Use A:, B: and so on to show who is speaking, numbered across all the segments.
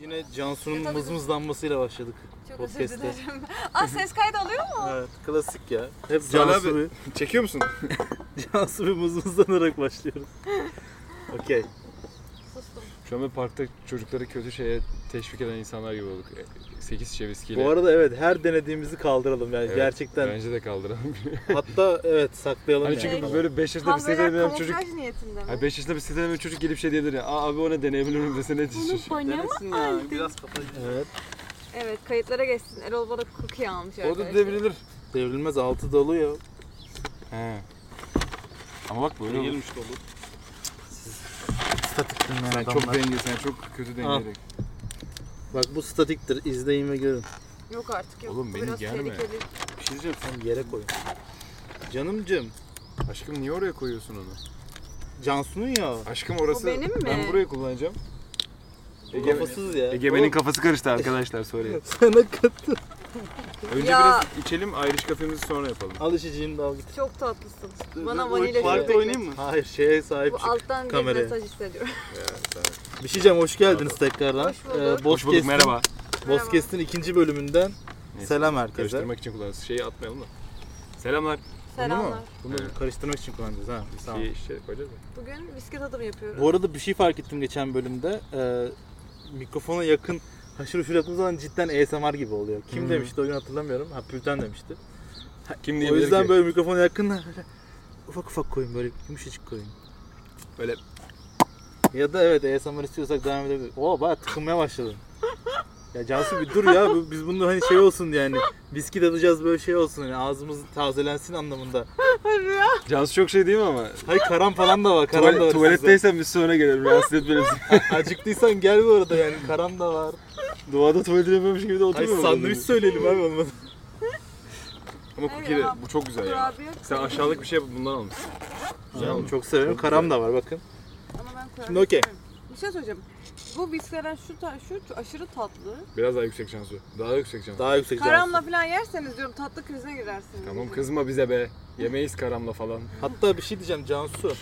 A: Yine Cansu'nun mızmızlanmasıyla başladık
B: Çok özür
A: podcast'te.
B: dilerim. Aa ses kaydı alıyor mu?
A: Evet, klasik ya. Hep
C: Salih
A: Cansu bir,
C: abi çekiyor musun?
A: Cansu bir mızmızlanarak başlıyoruz. Okey.
B: Sustum.
C: Şu an böyle parkta çocukları kötü şeye teşvik eden insanlar gibi olduk. 8 şişe viskiyle.
A: Bu arada evet her denediğimizi kaldıralım yani
C: Evet,
A: gerçekten.
C: Bence de kaldıralım.
A: Hatta evet saklayalım
C: hani
A: yani.
C: çünkü
B: Şey,
C: böyle 5 yaşında
B: Tam
C: bisiklet
B: böyle
C: deneyen çocuk...
B: kamuflaj niyetinde mi?
C: Hayır 5 yaşında bisiklet deneyen çocuk gelip şey diyebilir ya. Aa abi o ne deneyebilir miyim desene yetişir.
A: Denesin ya biraz kafayı. Evet.
B: Evet kayıtlara geçsin. Erol bana cookie almış
C: O da
B: arkadaşlar.
C: denebilir.
A: Devrilmez altı dolu ya.
C: He. Ama bak böyle olur.
A: Değilmiş dolu. Statik dinleyen
C: Sen
A: adamlar.
C: çok denge, sen çok kötü dengeleyerek.
A: Bak bu statiktir izleyin ve görün.
B: Yok artık yok.
C: Oğlum
B: Bu
C: beni
B: biraz
C: germe.
B: tehlikeli.
C: Bir şey diyeceğim.
A: Sen yere koyun. Canımcım.
C: Aşkım niye oraya koyuyorsun onu?
A: Cansu'nun ya.
C: Aşkım orası...
B: O benim mi?
C: Ben buraya kullanacağım. Ege-
A: Kafasız ya.
C: Egemen'in
A: Oğlum,
C: kafası karıştı arkadaşlar sorry.
A: Sana katı.
C: Önce
B: Ya.
C: biraz içelim ayrış kafemizi sonra yapalım.
A: Al içeceğini de al git.
B: Çok tatlısın.
A: Dur,
B: Bana
A: dur,
B: vanilya
A: parkta
B: şerbeti.
D: oynayayım mı?
A: Hayır şeye sahip
B: Bu
A: çık.
B: alttan bir
A: kameraya.
B: mesaj hissediyorum.
A: Bir şey diyeceğim hoş geldiniz tekrardan.
B: Hoş bulduk.
A: Boz
C: Hoş bulduk
A: Kestin-
C: merhaba.
A: Boz Kestin ikinci bölümünden
C: Neyse,
A: selam herkese.
C: Karıştırmak için kullanırız. Şeyi atmayalım da. Selamlar.
B: Selamlar.
A: Bunu
C: Evet.
A: karıştırmak için kullanacağız ha. Tamam.
C: Tamam. Şey koyacağız mı?
B: Bugün bisiklet adımı yapıyoruz.
A: Bu arada bir şey fark ettim geçen bölümde. Ee, mikrofona yakın haşır huşur yaptığımız zaman cidden ASMR gibi oluyor. Kim
C: Hı.
A: demişti o gün hatırlamıyorum. Ha Pülten demişti.
C: Kim
A: O
C: diyebilir
A: yüzden
C: ki?
A: böyle mikrofona yakın böyle ufak ufak koyun böyle yumuşacık koyun.
C: Böyle
A: Ya da evet ASMR istiyorsak devam edebiliriz. Oo baya tıkınmaya başladım. Ya Cansu bir dur ya bu- biz bunu hani şey olsun yani bisküvi tadacağız böyle şey olsun hani ağzımız tazelensin anlamında.
C: Cansu çok şey değil mi ama?
A: Hayır karam falan da var karam da var.
C: Tuvalet, tuvaletteysen biz sonra gelelim. Rahatsız etmeyelim seni.
A: Acıktıysan gel bu arada yani karam da var.
C: Doğada tuvalet yapıyormuş gibi de
A: Hayır
C: oturmuyor mu?
A: sandviç söyleyelim abi olmadı.
C: Ama
B: Hayır
C: cookie de
B: ama
C: bu çok güzel ya.
B: Kurabiye
C: Sen aşağılık bir şey yapıp bundan almışsın.
A: Güzel mi? çok severim karam da var bakın.
B: Ama ben kurabiye
A: Şimdi okey.
B: seviyorum. Bir şey söyleyeceğim. Bu bisikletler şu, ta- şu aşırı tatlı.
C: Biraz daha yüksek Cansu. Daha yüksek Cansu.
A: Daha yüksek Cansu.
B: Karamla falan yerseniz diyorum tatlı krizine girersiniz.
C: Tamam kızma bize be. Yemeyiz karamla falan.
A: Hatta bir şey diyeceğim Cansu.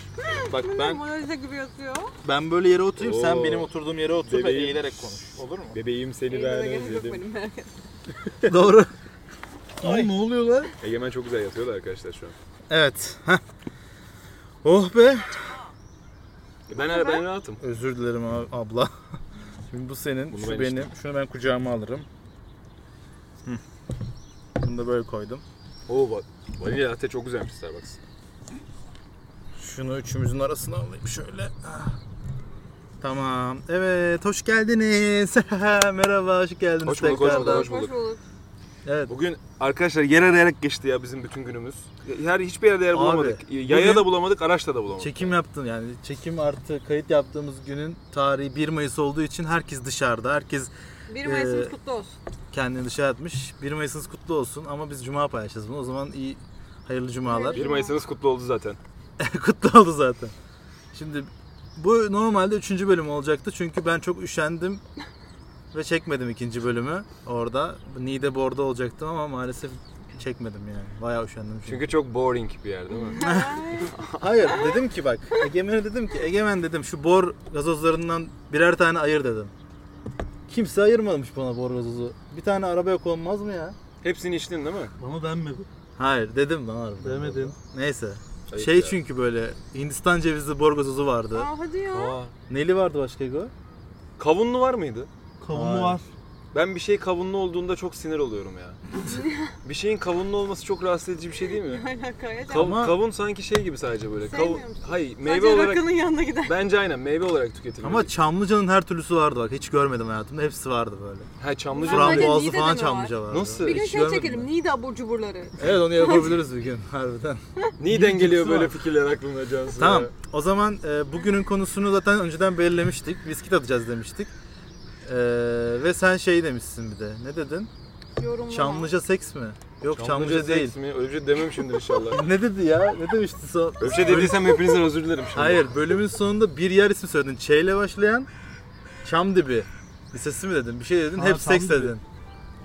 A: Bak
B: Ben...
A: ben
B: Monalize gibi yatıyor.
A: ben böyle yere oturayım sen
C: Oo.
A: benim oturduğum yere otur ve
C: Bebeğim.
A: eğilerek konuş. Olur mu?
C: Bebeğim seni
B: Elime
C: ben
B: de gerek yok
C: özledim.
B: benim merak etme.
A: Doğru. Ay. ne oluyor lan?
C: Egemen çok güzel yatıyor da arkadaşlar şu an.
A: Evet. heh. Oh be.
C: Ben, ben, ben rahatım.
A: Özür dilerim abi- abla. Şimdi bu senin,
C: Bunu
A: şu
C: ben
A: benim. Şunu ben kucağıma alırım. Hı. Bunu da böyle koydum.
C: Oo bak. Vanilya latte çok güzelmiş Starbucks.
A: Şunu üçümüzün arasına alayım şöyle. Ah. Tamam. Evet, hoş geldiniz. Merhaba, hoş geldiniz
C: Hoş bulduk, hoş
A: tekrardan.
C: bulduk, hoş bulduk.
A: Evet.
C: Bugün arkadaşlar yer arayarak geçti ya bizim bütün günümüz. Her hiçbir yerde yer
A: Abi,
C: bulamadık. Yaya
A: bugün-
C: da bulamadık, araçla da bulamadık.
A: Çekim yaptın yani çekim artı kayıt yaptığımız günün tarihi 1 Mayıs olduğu için herkes dışarıda. Herkes
B: 1 Mayıs'ımız
A: Ee,
B: kutlu olsun.
A: kendini dışarı atmış. 1 Mayıs'ınız kutlu olsun ama biz cuma paylaşacağız bunu. O zaman iyi hayırlı cumalar.
C: 1 Mayıs'ınız kutlu oldu zaten.
A: kutlu oldu zaten. Şimdi bu normalde 3. bölüm olacaktı çünkü ben çok üşendim ve çekmedim ikinci bölümü orada. Nidebor'da olacaktım ama maalesef çekmedim yani. Bayağı üşendim çünkü.
C: Çünkü çok boring bir yer değil mi?
A: Hayır dedim ki bak Egemen'e dedim ki Egemen dedim şu bor gazozlarından birer tane ayır dedim. Kimse ayırmamış bana bor gazozu. Bir tane arabaya konmaz mı ya?
C: Hepsini içtin değil mi?
D: Bana denmedi.
A: Hayır dedim lan harbiden.
D: Demedin.
A: Neyse.
C: Ayıp
A: şey
C: ya.
A: çünkü böyle Hindistan cevizli bor gazozu vardı.
B: Aa hadi ya.
C: Aa.
A: Neli vardı başka Ego?
C: Kavunlu var mıydı?
A: Hayır.
D: Kavunu var.
C: Ben bir şey kavunlu olduğunda çok sinir oluyorum ya. bir şeyin kavunlu olması çok rahatsız edici bir şey değil mi?
B: Alakaya
C: Kav-
A: Ama-
C: Kavun sanki şey gibi sadece böyle. Kavun,
B: Sevmiyor musun?
C: hayır meyve
B: Sadece
C: olarak
B: rakının yanına gider.
C: bence aynen meyve olarak tüketilmeli.
A: Ama Çamlıca'nın her türlüsü vardı bak. Hiç görmedim hayatımda. Hepsi vardı böyle.
C: ha Çamlıca
B: Buram-
A: Kur'an
B: sadece
A: Boğazı
B: Niğde'de
A: falan
B: mi
A: Çamlıca vardı.
C: Nasıl?
B: Bir gün
A: Hiç
B: şey
A: görmedim
B: çekelim.
A: ben.
B: Niğde abur cuburları.
A: Evet onu yapabiliriz bir gün harbiden.
C: Niden geliyor böyle
A: var.
C: fikirler aklına Cansu?
A: tamam.
C: ya?
A: O zaman e, bugünün konusunu zaten önceden belirlemiştik. Viski atacağız demiştik. E, ve sen şey demişsin bir de. Ne dedin?
B: Yorumlama.
A: Çamlıca seks mi? Yok Çamlıca, değil.
C: seks mi? Öyle bir şey demem şimdi inşallah.
A: Ne dedi ya? Ne demişti son?
C: Öyle bir şey dediysem hepinizden özür dilerim şimdi.
A: Hayır, bölümün sonunda bir yer ismi söyledin. Ç ile başlayan Çamdibi Lisesi mi dedin? Bir şey dedin.
D: Ha,
A: hep seks
D: Çamdibi.
A: dedin.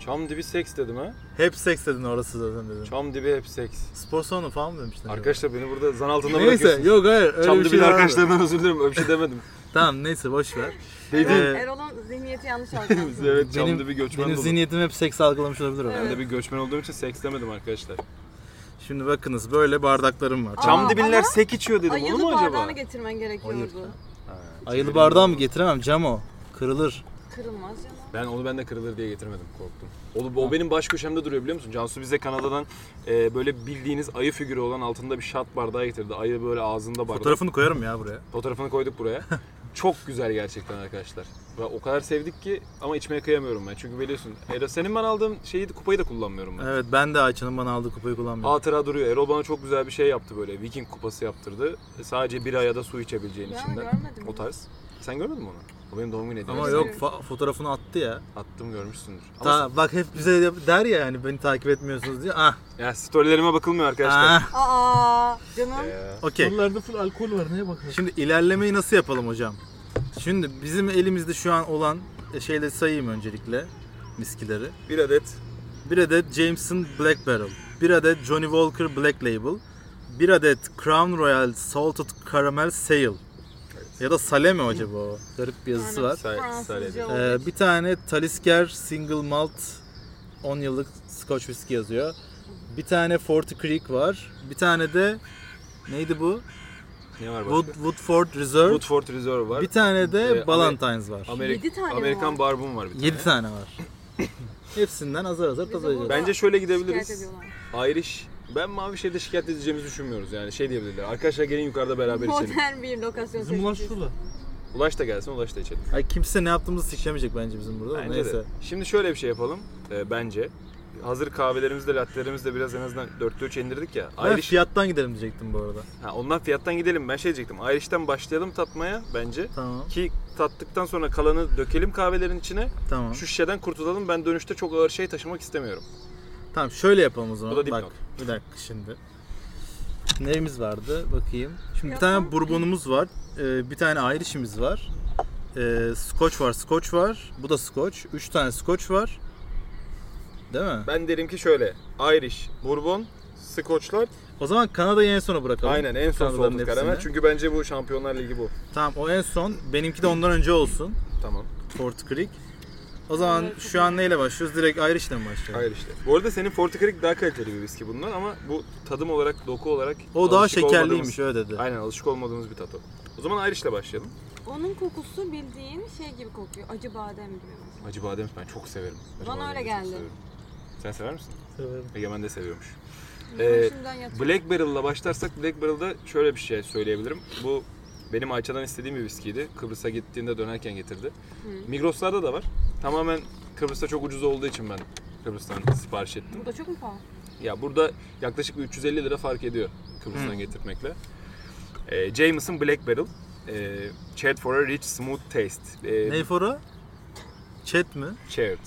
C: Çam dibi seks dedim ha.
A: Hep seks dedin orası zaten dedin.
C: Çam dibi hep seks.
A: Spor salonu falan mı demiştin? acaba?
C: Arkadaşlar beni burada zan altında
A: Neyse
C: bırakıyorsunuz.
A: yok hayır öyle
C: Çam
A: bir
C: dibi
A: şey vardı.
C: arkadaşlarımdan özür dilerim öyle bir şey demedim.
A: Tamam neyse boş ver. Ee,
B: Erol, Erol'un zihniyeti yanlış algılandı.
C: evet
A: benim,
C: camda bir göçmen
A: benim
C: dolu.
A: zihniyetim hep seks algılamış olabilir. o.
C: Ben de bir göçmen olduğum için sekslemedim arkadaşlar.
A: Şimdi bakınız böyle bardaklarım var.
B: Aa,
A: Cam-
C: Cam dibinler
B: ama
C: sek içiyor dedim. Onu
B: Ayılı
C: mu acaba?
B: bardağını getirmen gerekiyordu.
A: Ayılı bardağı mı getiremem cam o. Kırılır.
B: Kırılmaz canım.
C: Ben onu ben de kırılır diye getirmedim korktum. O, o benim baş köşemde duruyor biliyor musun? Cansu bize Kanada'dan e, böyle bildiğiniz ayı figürü olan altında bir şat bardağı getirdi. Ayı böyle ağzında bardak.
A: Fotoğrafını koyarım ya buraya.
C: Fotoğrafını koyduk buraya. Çok güzel gerçekten arkadaşlar. Ve o kadar sevdik ki ama içmeye kıyamıyorum ben. Çünkü biliyorsun Ero senin ben aldığım şeyi kupayı da kullanmıyorum ben.
A: Evet ben de Ayça'nın bana aldığı kupayı kullanmıyorum.
C: Hatıra duruyor. Erol bana çok güzel bir şey yaptı böyle. Viking kupası yaptırdı. Sadece bir aya da su içebileceğin
B: Ben
C: içinden.
B: görmedim.
C: O tarz. Sen görmedin mi onu? O benim doğum günü hediyem.
A: Ama yok fa- fotoğrafını attı ya.
C: Attım görmüşsündür. Ama
A: Ta, bak hep bize de- der ya yani beni takip etmiyorsunuz diye. Ah.
C: ya storylerime bakılmıyor arkadaşlar.
A: ah.
B: Aa canım.
C: Ee,
A: Okey.
D: Onlarda full alkol var neye bakıyorsun?
A: Şimdi ilerlemeyi nasıl yapalım hocam? Şimdi bizim elimizde şu an olan e, şeyleri sayayım öncelikle miskileri.
C: bir adet
A: Bir adet Jameson Black Barrel. Bir adet Johnny Walker Black Label. Bir adet Crown Royal Salted Caramel Sale. Ya da Sale mi acaba o? Garip bir yazısı
B: Aynen.
A: var.
C: Sale-
B: Fransızca
C: sale dedi.
B: olduğu
A: Ee,
B: için.
A: bir tane Talisker Single Malt 10 yıllık Scotch Whisky yazıyor. Bir tane Forty Creek var. Bir tane de neydi bu?
C: ne var
A: Wood,
C: başka?
A: Woodford Reserve.
C: Woodford Reserve var.
A: Bir tane de
C: Ee,
A: Ballantines var.
C: Ameri-
B: Yedi tane mi
C: Amerikan
B: var?
C: barbun var bir tane.
A: 7 tane var. Hepsinden azar azar
B: Bizi
A: tadacağız.
B: burada
C: Bence şöyle
B: Şikayet
C: gidebiliriz.
B: ediyorlar.
C: Irish. Ben mavi şeyde şikayet edeceğimizi düşünmüyoruz yani. Şey diyebilirler. Arkadaşlar gelin yukarıda beraber içelim.
B: Modern bir lokasyon
D: Bizim ulaş
B: seçmişiz.
D: şurada.
C: Ulaş da gelsin, Ulaş da içelim.
A: Ay kimse ne yaptığımızı siklemeyecek bence bizim burada.
C: Bence
A: Neyse.
C: de. Şimdi şöyle bir şey yapalım e, bence. Hazır kahvelerimizde, lattelerimizde biraz en azından 4'te 3 indirdik ya.
A: Ben
C: Irish,
A: fiyattan gidelim diyecektim bu arada.
C: ha, ondan fiyattan gidelim. Ben şey diyecektim. Irish'ten başlayalım tatmaya bence.
A: Tamam,
C: Ki tattıktan sonra kalanı dökelim kahvelerin içine.
A: tamam.
C: Şu şişeden kurtulalım. Ben dönüşte çok ağır şey taşımak istemiyorum.
A: Tamam şöyle yapalım o zaman.
C: Bu da dipnot.
A: Bak bir dakika şimdi. Neyimiz vardı bakayım. Şimdi bir
B: Yok
A: tane
B: mu?
A: bourbonumuz var. Ee, bir tane Irish'imiz var. Ee, scotch var, scotch var. Bu da scotch. Üç tane scotch var. Değil mi?
C: Ben derim ki şöyle. Irish, Bourbon, Skoçlar.
A: O zaman Kanada'yı en sona bırakalım.
C: Aynen en son
A: Kanadaların
C: soğuk karamel.
A: hepsini.
C: Çünkü bence bu Şampiyonlar Ligi bu.
A: Tamam o en son. Benimki de ondan önce olsun.
C: Tamam.
A: Fort Creek. O zaman
B: Evet,
A: şu an neyle başlıyoruz? Direkt Irish'le mi başlıyoruz?
C: Hayır işte. Bu arada senin Fortikrik daha kaliteli bir viski bundan ama bu tadım olarak, doku olarak
A: O daha
C: alışık
A: şekerliymiş
C: olmadığımız-
A: öyle dedi.
C: Aynen alışık olmadığımız bir tat o. O zaman Irish'le başlayalım.
B: Onun kokusu bildiğin şey gibi kokuyor. Acı badem gibi mesela.
C: Acı badem ben çok severim. Acı
B: Bana
C: bademi
B: öyle
C: çok
B: geldi.
C: severim. Sen sever misin?
D: Severim.
C: Egemen de seviyormuş.
B: Ben
C: Ee,
B: şimdiden yatıyorum.
C: Black Barrel'la başlarsak Black Barrel'da şöyle bir şey söyleyebilirim. Bu benim Ayça'dan istediğim bir viskiydi. Kıbrıs'a gittiğinde dönerken getirdi.
B: Hı.
C: Migros'larda da var. Tamamen Kıbrıs'ta çok ucuz olduğu için ben Kıbrıs'tan sipariş ettim.
B: Bu da çok mu pahalı?
C: Ya burada yaklaşık bir 350 lira fark ediyor Kıbrıs'tan
A: Hı.
C: getirmekle. Ee, Jameson Black Barrel. Ee, Chat for a rich smooth taste. Ee,
A: Ney for a? Chat mi?
C: Chert.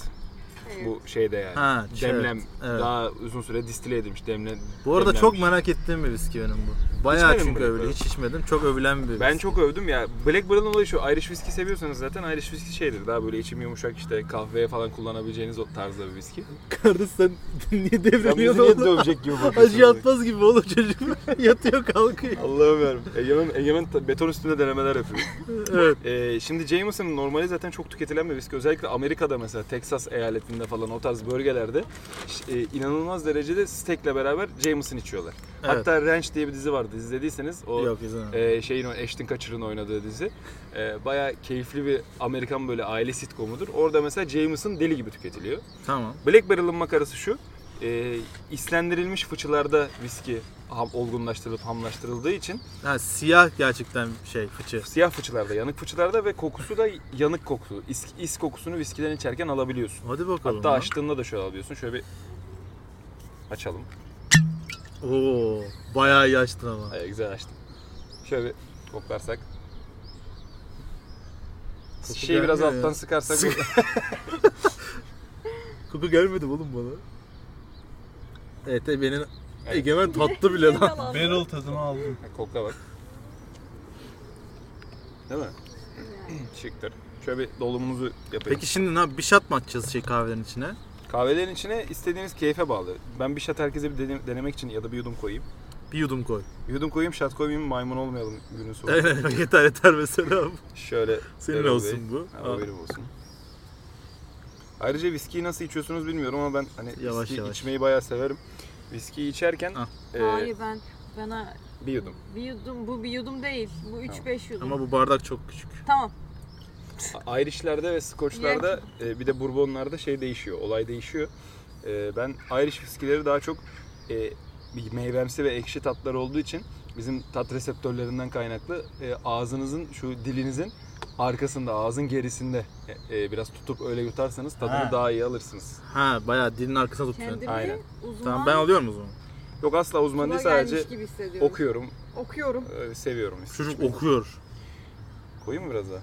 B: Evet.
C: Bu şeyde yani.
A: Ha,
C: Demlem.
A: Chert, evet.
C: Daha uzun süre distile edilmiş. Demle,
A: Bu arada çok
C: demlenmiş.
A: merak ettiğim bir viski benim bu. Bayağı
C: İçmedin mi
A: çünkü
C: Black
A: öyle
C: Barrel?
A: hiç içmedim. Çok övülen bir
C: Ben
A: viski.
C: çok övdüm ya. Black Barrel'ın olayı şu. Irish whiskey seviyorsanız zaten Irish whiskey şeydir. Daha böyle içim yumuşak işte kahveye falan kullanabileceğiniz o tarzda bir whiskey.
A: Kardeş sen niye
C: Sen bizi
A: devriliyorsun
C: niye
A: oğlum?
C: dövecek gibi bakıyorsun?
A: Acı yatmaz gibi oğlum çocuk. Yatıyor kalkıyor.
C: Allah'ım yarabbim. Egemen, Egemen ta- beton üstünde denemeler yapıyor.
A: Evet.
C: Ee, şimdi Jameson'ın normali zaten çok tüketilen bir viski. Özellikle Amerika'da mesela Texas eyaletinde falan o tarz bölgelerde ş- e, inanılmaz derecede steak'le beraber Jameson içiyorlar.
A: Evet.
C: Hatta Ranch diye bir dizi vardı izlediyseniz. O
A: Yok izlemedim.
C: e, şeyin o Ashton Kutcher'ın oynadığı dizi. E, bayağı keyifli bir Amerikan böyle aile sitcomudur. Orada mesela Jameson deli gibi tüketiliyor.
A: Tamam.
C: Black Barrel'ın makarası şu. E, islendirilmiş fıçılarda viski ham, olgunlaştırılıp hamlaştırıldığı için
A: Ha, siyah gerçekten şey fıçı.
C: siyah fıçılarda, yanık fıçılarda ve kokusu da yanık kokusu. Is, is kokusunu viskiden içerken alabiliyorsun.
A: Hadi bakalım.
C: Hatta
A: lan.
C: açtığında da şöyle alıyorsun. Şöyle bir açalım.
A: Oo, bayağı iyi açtın ama.
C: Ay, güzel açtım. Şöyle bir koklarsak.
A: Koku
C: Şeyi biraz
A: gelmiyor
C: alttan
A: ya.
C: sıkarsak
A: Sık- Koku gelmedi oğlum bana. Evet, e, benim Egemen tatlı bile lan.
B: Yalan.
D: Barrel tadını aldım.
C: Ha, Kokla bak. Değil mi? e, Şıktır. Şöyle bir dolumumuzu yapayım.
A: Peki şimdi ne yap- bir şat mı atacağız şey kahvelerin içine?
C: Kahvelerin içine istediğiniz keyfe bağlı. Ben bir şat herkese bir dene- denemek için ya da bir yudum koyayım.
A: Bir yudum koy.
C: Yudum koyayım şart koymayayım maymun olmayalım günün sonunda.
A: Aynen yeter yeter mesela. bu.
C: Şöyle
A: Senin
C: Erol Bey.
A: olsun bu.
C: Ha, o benim olsun. Ayrıca viskiyi nasıl içiyorsunuz bilmiyorum ama ben hani
A: Yavaş
C: viski
A: yavaş.
C: içmeyi bayağı severim. Viskiyi içerken
A: Ah.
C: e,
B: Hayır ben bana
C: bir yudum.
B: bir yudum bu bir yudum değil. Bu 3 5 yudum.
A: Ama bu bardak çok küçük.
B: Tamam.
C: A- Irish'lerde ve Scotch'larda e, bir de Bourbon'larda şey değişiyor, olay değişiyor. E, ben Irish viskileri daha çok e, bir meyvemsi ve ekşi tatlar olduğu için bizim tat reseptörlerinden kaynaklı e, ağzınızın şu dilinizin arkasında, ağzın gerisinde e, e, biraz tutup öyle yutarsanız tadını
D: Ha.
C: daha iyi alırsınız.
A: Ha bayağı dilin arkasına tutuyorsun.
B: Kendimi
C: Aynen.
B: uzman
A: Tamam ben alıyorum o zaman.
C: Yok asla uzman
B: kula
C: değil
B: gelmiş
C: sadece
B: gibi hissediyorum.
C: okuyorum,
B: Okuyorum.
C: e, seviyorum.
A: Çocuk
C: içmeyi.
A: okuyor.
C: Koyayım mı biraz daha?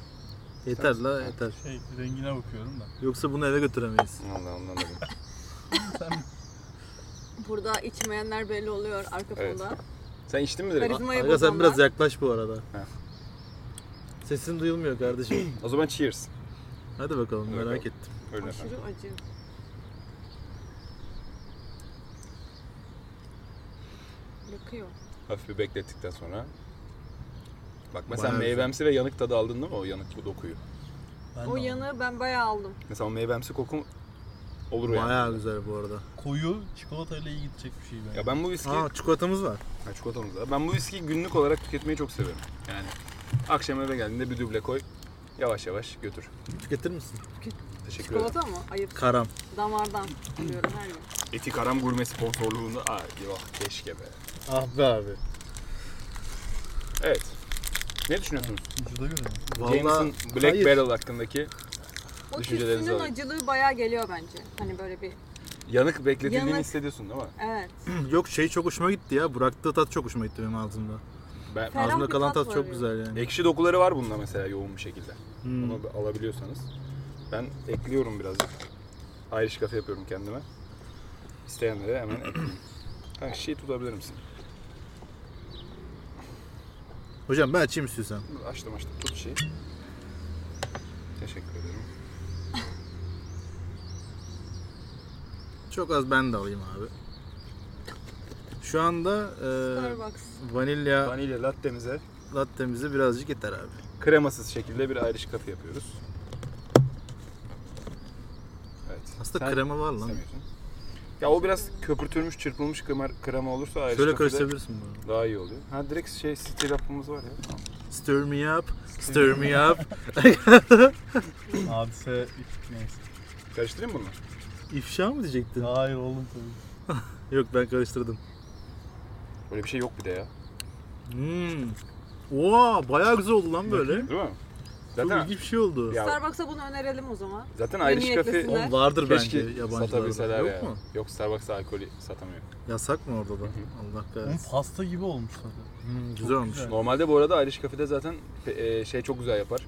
A: Yeter la yeter.
D: Şey rengine bakıyorum da.
A: Yoksa bunu eve götüremeyiz.
C: Allah ondan da değil.
B: Burada içmeyenler belli oluyor arka
C: Evet.
B: fonda.
C: Sen içtin mi direkt?
B: Karizmayı
A: Aga sen
B: bozanlar.
A: biraz yaklaş bu arada.
C: Ha.
A: Sesin duyulmuyor kardeşim.
C: O zaman cheers.
A: Hadi bakalım
C: Bakalım.
A: merak ettim.
C: Öyle efendim.
B: Aşırı acı. Yakıyor.
C: Hafif bir beklettikten sonra. Bak mesela
A: Bayağı güzel.
C: meyvemsi ve yanık tadı aldın değil mi o yanık bu dokuyu?
D: Ben
B: o
D: de
B: yanığı ben bayağı aldım.
C: Mesela o meyvemsi koku olur yani.
A: Bayağı güzel bu arada.
D: aldım. Koyu çikolatayla iyi gidecek bir şey bence.
C: Ya ben bu viski,
A: Aa çikolatamız var.
C: ha, çikolatamız var. Ben bu viski günlük olarak tüketmeyi çok severim. Yani akşam eve geldiğinde bir düble koy, yavaş yavaş götür.
A: Tüketir misin?
C: Teşekkür ederim.
B: Çikolata mı? Ayıp.
A: Karam.
B: Damardan alıyorum her gün.
C: Etik Aram Gurme sponsorluğunda, aa yok keşke be.
A: Ah be abi.
C: Evet. Ne düşünüyorsunuz?
D: Ucuda göre mi?
A: Vallahi
C: Jameson Black
A: hayır.
C: Barrel hakkındaki
B: O
C: Düşüncelerinizi
B: tütsünün
C: alayım.
B: acılığı bayağı geliyor bence. Hani böyle bir
C: yanık bekletildiğini
B: Yanık.
C: hissediyorsun değil mi?
B: evet.
C: Ee,
A: yok şey çok hoşuma gitti ya. Bıraktığı tat çok hoşuma gitti benim ağzımda.
C: Ben,
B: Ferah
A: Ağzımda
B: bir
A: kalan
B: tat
A: tat
B: var
A: çok
B: ya.
A: güzel yani.
C: ekşi dokuları var bunda mesela yoğun bir şekilde.
A: Hmm.
C: Bunu alabiliyorsanız. Ben ekliyorum birazcık. Irish kafe yapıyorum kendime. İsteyenlere hemen ekleyeyim. Kanka şey tutabilir misin?
A: Hocam ben açayım istiyorsan.
C: Açtım açtım. Tut şeyi. Teşekkür ederim.
A: Çok az ben de alayım abi. Şu anda e,
B: Starbucks.
A: vanilya
C: Vanilya lattemize
A: latte'mize birazcık yeter abi.
C: kremasız şekilde bir Irish kafe yapıyoruz. Evet.
A: Aslında
C: Sen
A: krema var lan.
C: istemiyorsun. Ya o biraz köpürtülmüş, çırpılmış krema, krema olursa
A: Şöyle
C: Irish kafede
A: karıştırabilirsin bunu.
C: daha iyi oluyor. Ha direkt şey stil yapımız var ya. Tamam.
A: Stir me up, stir me up.
D: Hadise neyse.
C: Karıştırayım mı bunu.
A: İfşa mı diyecektin?
D: Hayır oğlum tabii.
A: Yok ben karıştırdım.
C: Böyle bir şey yok bir de ya.
A: Hmm. Oo, bayağı güzel oldu lan böyle.
C: Değil mi?
A: Çok
C: Zaten
A: ilginç bir şey oldu.
C: Ya-
B: Starbucks'a bunu önerelim o zaman.
C: Zaten Irish
B: Yeni
C: Cafe
B: yetkilisinler.
A: Oğlum vardır
C: keşke
A: bence yabancılarda.
C: satabilseler
A: Yok
C: ya.
A: mu?
C: Yok Starbucks alkolü satamıyor.
A: Yasak mı orada da?
C: Hı hı.
A: Allah
D: Oğlum
A: kahretsin.
D: pasta gibi olmuş tadı.
A: Hmm, güzel
D: çok
A: olmuş.
D: güzel.
C: Normalde bu arada Irish Cafe'de zaten e, şey çok güzel yapar.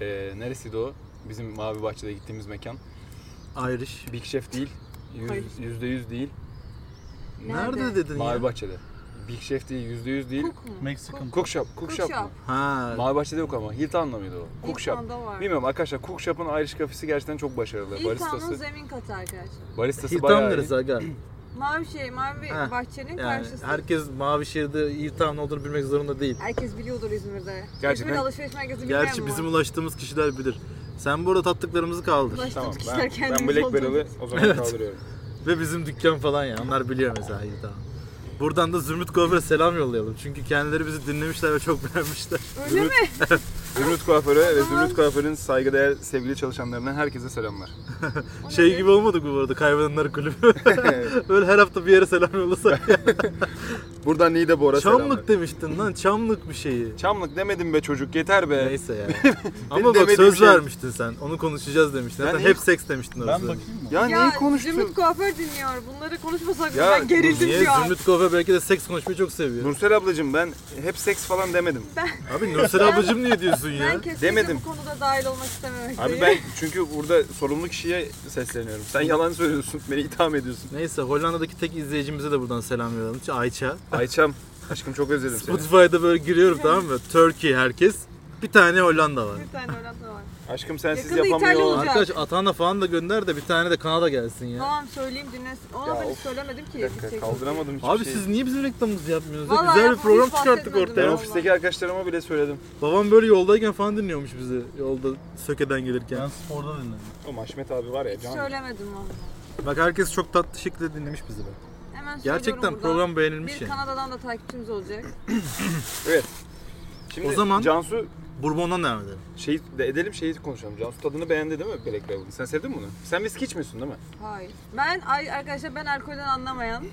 C: E, neresiydi o? Bizim Mavi Bahçe'de gittiğimiz mekan.
A: Irish.
C: Big Chef değil.
B: Hayır.
C: yüz- Yüzde yüz değil.
A: Nerede,
B: Nerede?
A: dedin ya?
C: Mavi Bahçe'de. Big Chef değil. Yüzde yüz değil.
B: Cook mu?
D: Mexican.
C: Cook Shop. Cook,
B: Cook
C: Shop,
B: Shop.
C: mu?
A: Ha.
C: Mavi Bahçe'de yok ama. Hilltown'da mıydı o? Cook Shop.
B: Hilltown'da var.
C: Bilmiyorum arkadaşlar Cook Shop'ın Irish Cafe'si gerçekten çok başarılı.
B: İlkan'ın
C: baristası,
B: zemin katı arkadaşlar.
C: baristası
A: Hilltown
C: bayağı iyi.
A: neresi aga?
B: Mavi şey, mavi
A: Ha,
B: bahçenin
A: Yani
B: karşısı.
A: herkes mavi şehirde Hilltown olduğunu bilmek zorunda değil.
B: Herkes biliyordur İzmir'de.
C: Gerçekten-
B: İzmir alışveriş merkezi bilmeyen
A: Gerçi
B: mi
A: bizim
B: var?
A: ulaştığımız kişiler bilir. Sen burada tattıklarımızı kaldır.
B: Ulaş-
C: Tamam
B: Kişiler
C: ben, ben
B: kendimiz
C: Black
B: olduğumuz
C: Barrel'ı
B: için.
C: o zaman kaldırıyorum.
A: Ve bizim dükkan falan ya. Onlar biliyor mesela Hilltown. Buradan da Zümrüt Kuaför'e selam yollayalım. Çünkü kendileri bizi dinlemişler ve çok beğenmişler.
B: Öyle mi?
C: Zümrüt Kuaför'e ve Zümrüt Kuaför'ün saygıdeğer sevgili çalışanlarına herkese selamlar.
B: O
A: Şey
B: ne?
A: gibi olmadık bu arada kaybedenler kulübü. Böyle her hafta bir yere selam yollasak.
C: Buradan Nide Bora selamlar.
A: Çamlık demiştin lan. Çamlık bir şeyi.
C: Çamlık demedim be çocuk yeter be.
A: Neyse ya. Ama bak
C: demediğim
A: söz
C: şey-
A: vermiştin sen. Onu konuşacağız demiştin.
C: Ben
A: Zaten
C: ilk-
A: hep seks demiştin
D: Ben
A: orada.
D: bakayım mı?
C: Ya,
B: Ya
C: neyi konuştun?
B: Zümrüt kuaför dinliyor. Bunları konuşmasak
C: Ya,
B: ben gerildim
A: Niye?
B: şu an.
A: Zümrüt Kuaför belki de seks konuşmayı çok seviyor.
C: Nursel ablacığım ben hep seks falan demedim.
A: Abi Nursel ablacım niye diyorsun ya?
B: Ben kesinlikle
C: Demedim.
B: bu konuda dahil olmak istememekteyim.
C: Abi ben çünkü burada sorumlu kişiye sesleniyorum. Sen yalan söylüyorsun, beni itham ediyorsun.
A: Neyse Hollanda'daki tek izleyicimize de buradan selam yollayalım. Ayça.
C: Ayçam, aşkım çok özledim seni.
A: Spotify'da böyle giriyorum tamam mı? Turkey herkes. Bir tane Hollanda var.
B: Bir tane Hollanda var.
C: Aşkım sensiz
B: Yakında İtalya
C: yapamıyor.
B: olacak.
A: Arkadaş Atana falan da gönder de bir tane de Kanada gelsin ya.
B: Tamam söyleyeyim dinlesin. Ona
C: Ya
B: da hiç
C: of.
B: söylemedim ki.
C: Bir dakika
B: gidecek.
C: kaldıramadım hiçbir
A: Abi
C: şeyi.
A: siz niye bizim reklamımızı yapmıyorsunuz? ya?
B: Vallahi
A: Güzel bir
B: yapmadım,
A: program
B: hiç
A: çıkarttık
B: bahsetmedim
A: ortaya.
C: Ben
B: Eyvallah.
C: ofisteki arkadaşlarıma bile söyledim.
A: Babam böyle yoldayken falan dinliyormuş bizi. Yolda Söke'den gelirken.
D: Ben sporda dinledim.
C: O Haşmet abi var ya
B: Hiç
C: can.
B: söylemedim onu.
A: Bak herkes çok tatlı şekilde dinlemiş bizi be.
B: Hemen
A: Gerçekten
B: söylüyorum buradan.
A: program beğenilmiş
B: Şey Bir
A: yani.
B: Kanada'dan da takipçimiz olacak.
C: Şimdi
A: O zaman-
C: Cansu
A: Bourbon'dan devam edelim.
C: şey de edelim şeyi konuşalım. Cansu tadını beğendi değil mi Black Label'ın? Sen sevdin mi bunu? Sen viski içmiyorsun değil mi?
B: Hayır. Ben ay, arkadaşlar ben alkolden anlamayan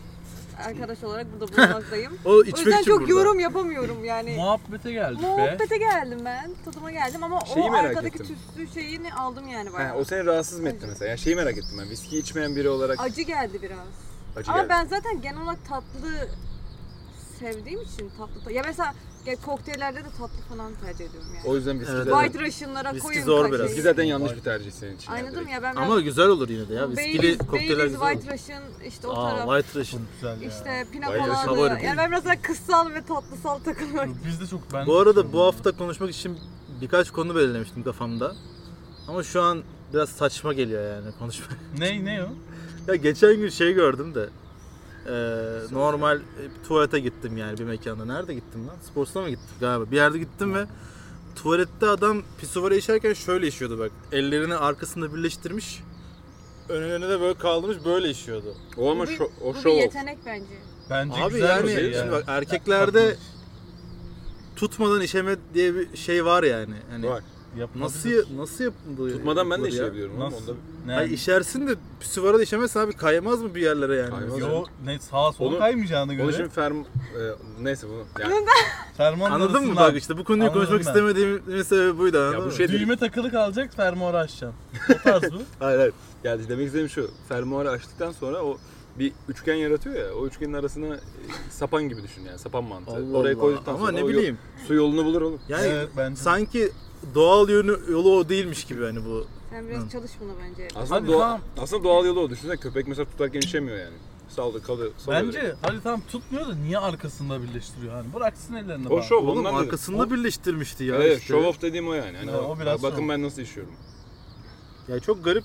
B: arkadaş olarak burada bulunmaktayım.
A: O
B: o
A: içmek
B: yüzden
A: için
B: çok
A: burada.
B: yorum yapamıyorum yani.
D: Muhabbete geldik be.
B: Muhabbete geldim ben. Tadıma geldim ama
C: Şeyi
B: o
C: merak
B: arkadaki
C: ettim.
B: tüslü şeyini aldım yani
C: Ha,
B: bayağı.
C: o seni rahatsız mı etti mesela? Yani şeyi merak ettim ben. Viski içmeyen biri olarak
B: Acı geldi biraz.
C: acı
B: ama
C: geldi.
B: ben zaten genel olarak tatlı sevdiğim için tatlı. ta- Ya mesela ya kokteyllerde de tatlı falan tercih ediyorum yani.
C: O yüzden viski
A: Evet,
C: de...
A: evet.
B: White Russian'lara
A: Viski
B: koyun
A: zor
B: kaçayı.
A: biraz.
C: Viski zaten yanlış bir tercih senin için. yani
B: Anladın mı
C: direkt.
B: ya ben biraz-
A: Ama güzel olur yine de ya. Viskili
B: Baileys-
A: kokteyller
B: Baileys,
A: güzel olur.
B: White Russian işte o taraf.
A: Aa, White Russian.
D: Güzel ya.
B: İşte pina
C: Vay yaşa,
B: colada.
A: favorim.
B: Yani ben biraz daha kızsal ve tatlısal takılıyorum.
D: Biz de çok ben
A: Bu arada bu hafta konuşmak için birkaç konu belirlemiştim kafamda. Ama şu an biraz saçma geliyor yani konuşmak.
D: ne ne o?
A: Ya geçen gün şey gördüm de. e, normal e, tuvalete gittim yani bir mekanda. Nerede gittim lan? Sports'ta mı gittim galiba? Bir yerde gittim ve tuvalette adam pisuvara işerken şöyle işiyordu bak. Ellerini arkasında birleştirmiş. Önüne de böyle kaldırmış böyle işiyordu.
C: O ama
B: Bu bir-
C: şo- o
B: Bu
C: show
B: bir
C: off.
B: yetenek bence.
D: Bence
A: Abi
D: güzel
A: yani
D: bir şey.
A: şimdi
D: ya.
A: bak erkeklerde tutmadan işeme diye bir şey var yani. Hani
C: Var.
D: Yapılabilir.
A: nasıl nasıl yapıldı?
C: Tutmadan ben de şey
A: yapılır ya?
C: işleyebiliyorum. oğlum,
D: Nasıl?
C: Onda...
D: Ne?
A: Hayır işersin de pisuvara da işemezsin abi kaymaz mı bir yerlere yani?
C: Kaymaz.
D: Yo ne sağa sola
C: Onu-
D: kaymayacağını göre.
C: Onun için ferm... e, neyse bu. Yani,
D: fermuar
A: Anladın mı
D: arasından
A: bak işte bu konuyu
D: Anladım
A: konuşmak
D: ben.
A: istemediğimin sebebi buydu anladın
C: bu
A: mı?
C: şey-
D: Düğme takılı kalacak fermuarı açacaksın. O tarz bu.
C: hayır hayır. Yani demek istediğim şu. Fermuarı açtıktan sonra o bir üçgen yaratıyor ya. O üçgenin arasına e, sapan gibi düşün yani. Sapan mantığı.
A: Allah
C: Oraya
A: Allah.
C: koyduktan
A: Ama
C: sonra
A: ne
C: o yol-
A: bileyim.
C: su yolunu bulur oğlum.
A: Yani
D: evet bence.
A: sanki doğal yönü yolu o değilmiş gibi hani bu.
B: Sen biraz
A: Hı.
B: çalış buna bence.
C: Aslında,
D: Hadi
C: doğa-
D: tamam.
C: aslında doğal yolu o. Düşünsene köpek mesela tutarken işemiyor yani. Saldı kalıyor. salıyor direkt.
D: Bence hadi tam tutmuyor da niye arkasında birleştiriyor hani bıraksın ellerini
C: O
D: bari.
C: şov.
A: Oğlum
C: ondan dedim.
A: arkasında birleştirmişti ya
C: Evet,
A: işte.
C: show off dediğim o yani. Hani
D: Ha,
C: o,
D: o biraz
C: bakın
D: show.
C: ben nasıl işiyorum.
A: Ya çok garip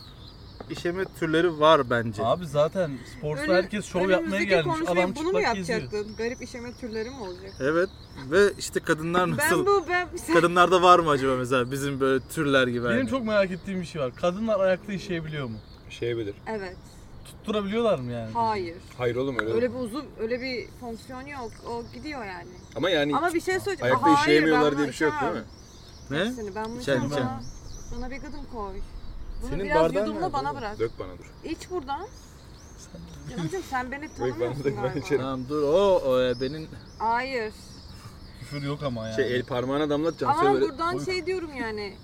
A: işeme türleri var bence.
D: Abi zaten sporsta
B: Önü-
D: herkes şov yapmaya
B: önümüzdeki
D: gelmiş.
B: konuşmayı
D: Adam
B: bunu mu
D: çıplak geziyor.
B: yapacaktın? Garip işeme türleri mi olacak?
A: Evet ve işte kadınlar nasıl?
B: Ben bu ben
A: Kadınlarda var mı acaba mesela bizim böyle türler gibi?
D: Benim
A: hani?
D: çok merak ettiğim bir şey var. Kadınlar ayakta işeyebiliyor mu?
C: Şey bilir.
B: evet.
D: Tutturabiliyorlar mı yani?
B: Hayır.
C: Hayır oğlum öyle.
B: Öyle bir uzun öyle bir fonksiyon yok. O gidiyor yani.
C: Ama yani
B: Ama bir şey söyleyeceğim.
C: ayakta
B: Hayır,
C: işeyemiyorlar
B: ben
C: diye bir şey yok değil
B: bunu
C: mi?
A: Ne?
B: içemem. Ben bunu
A: İçen,
B: içemem.
A: içen.
B: Bana, bana bir kadın koy. Bunu
A: Senin
B: biraz
A: bardağın
B: yudumla
A: nerede
B: bana
A: oğlum?
B: bırak.
C: Dök bana dur.
B: İç buradan. Canımcığım sen beni
C: ben
B: tanımıyorsun
C: de- ben
B: galiba.
C: içerim.
A: Tamam dur o, o e, benim
B: Hayır.
D: Küfür yok ama yani.
C: Şey el parmağına damlat Cansu
B: Ama
C: böyle.
B: buradan
D: Oy.
B: şey diyorum yani.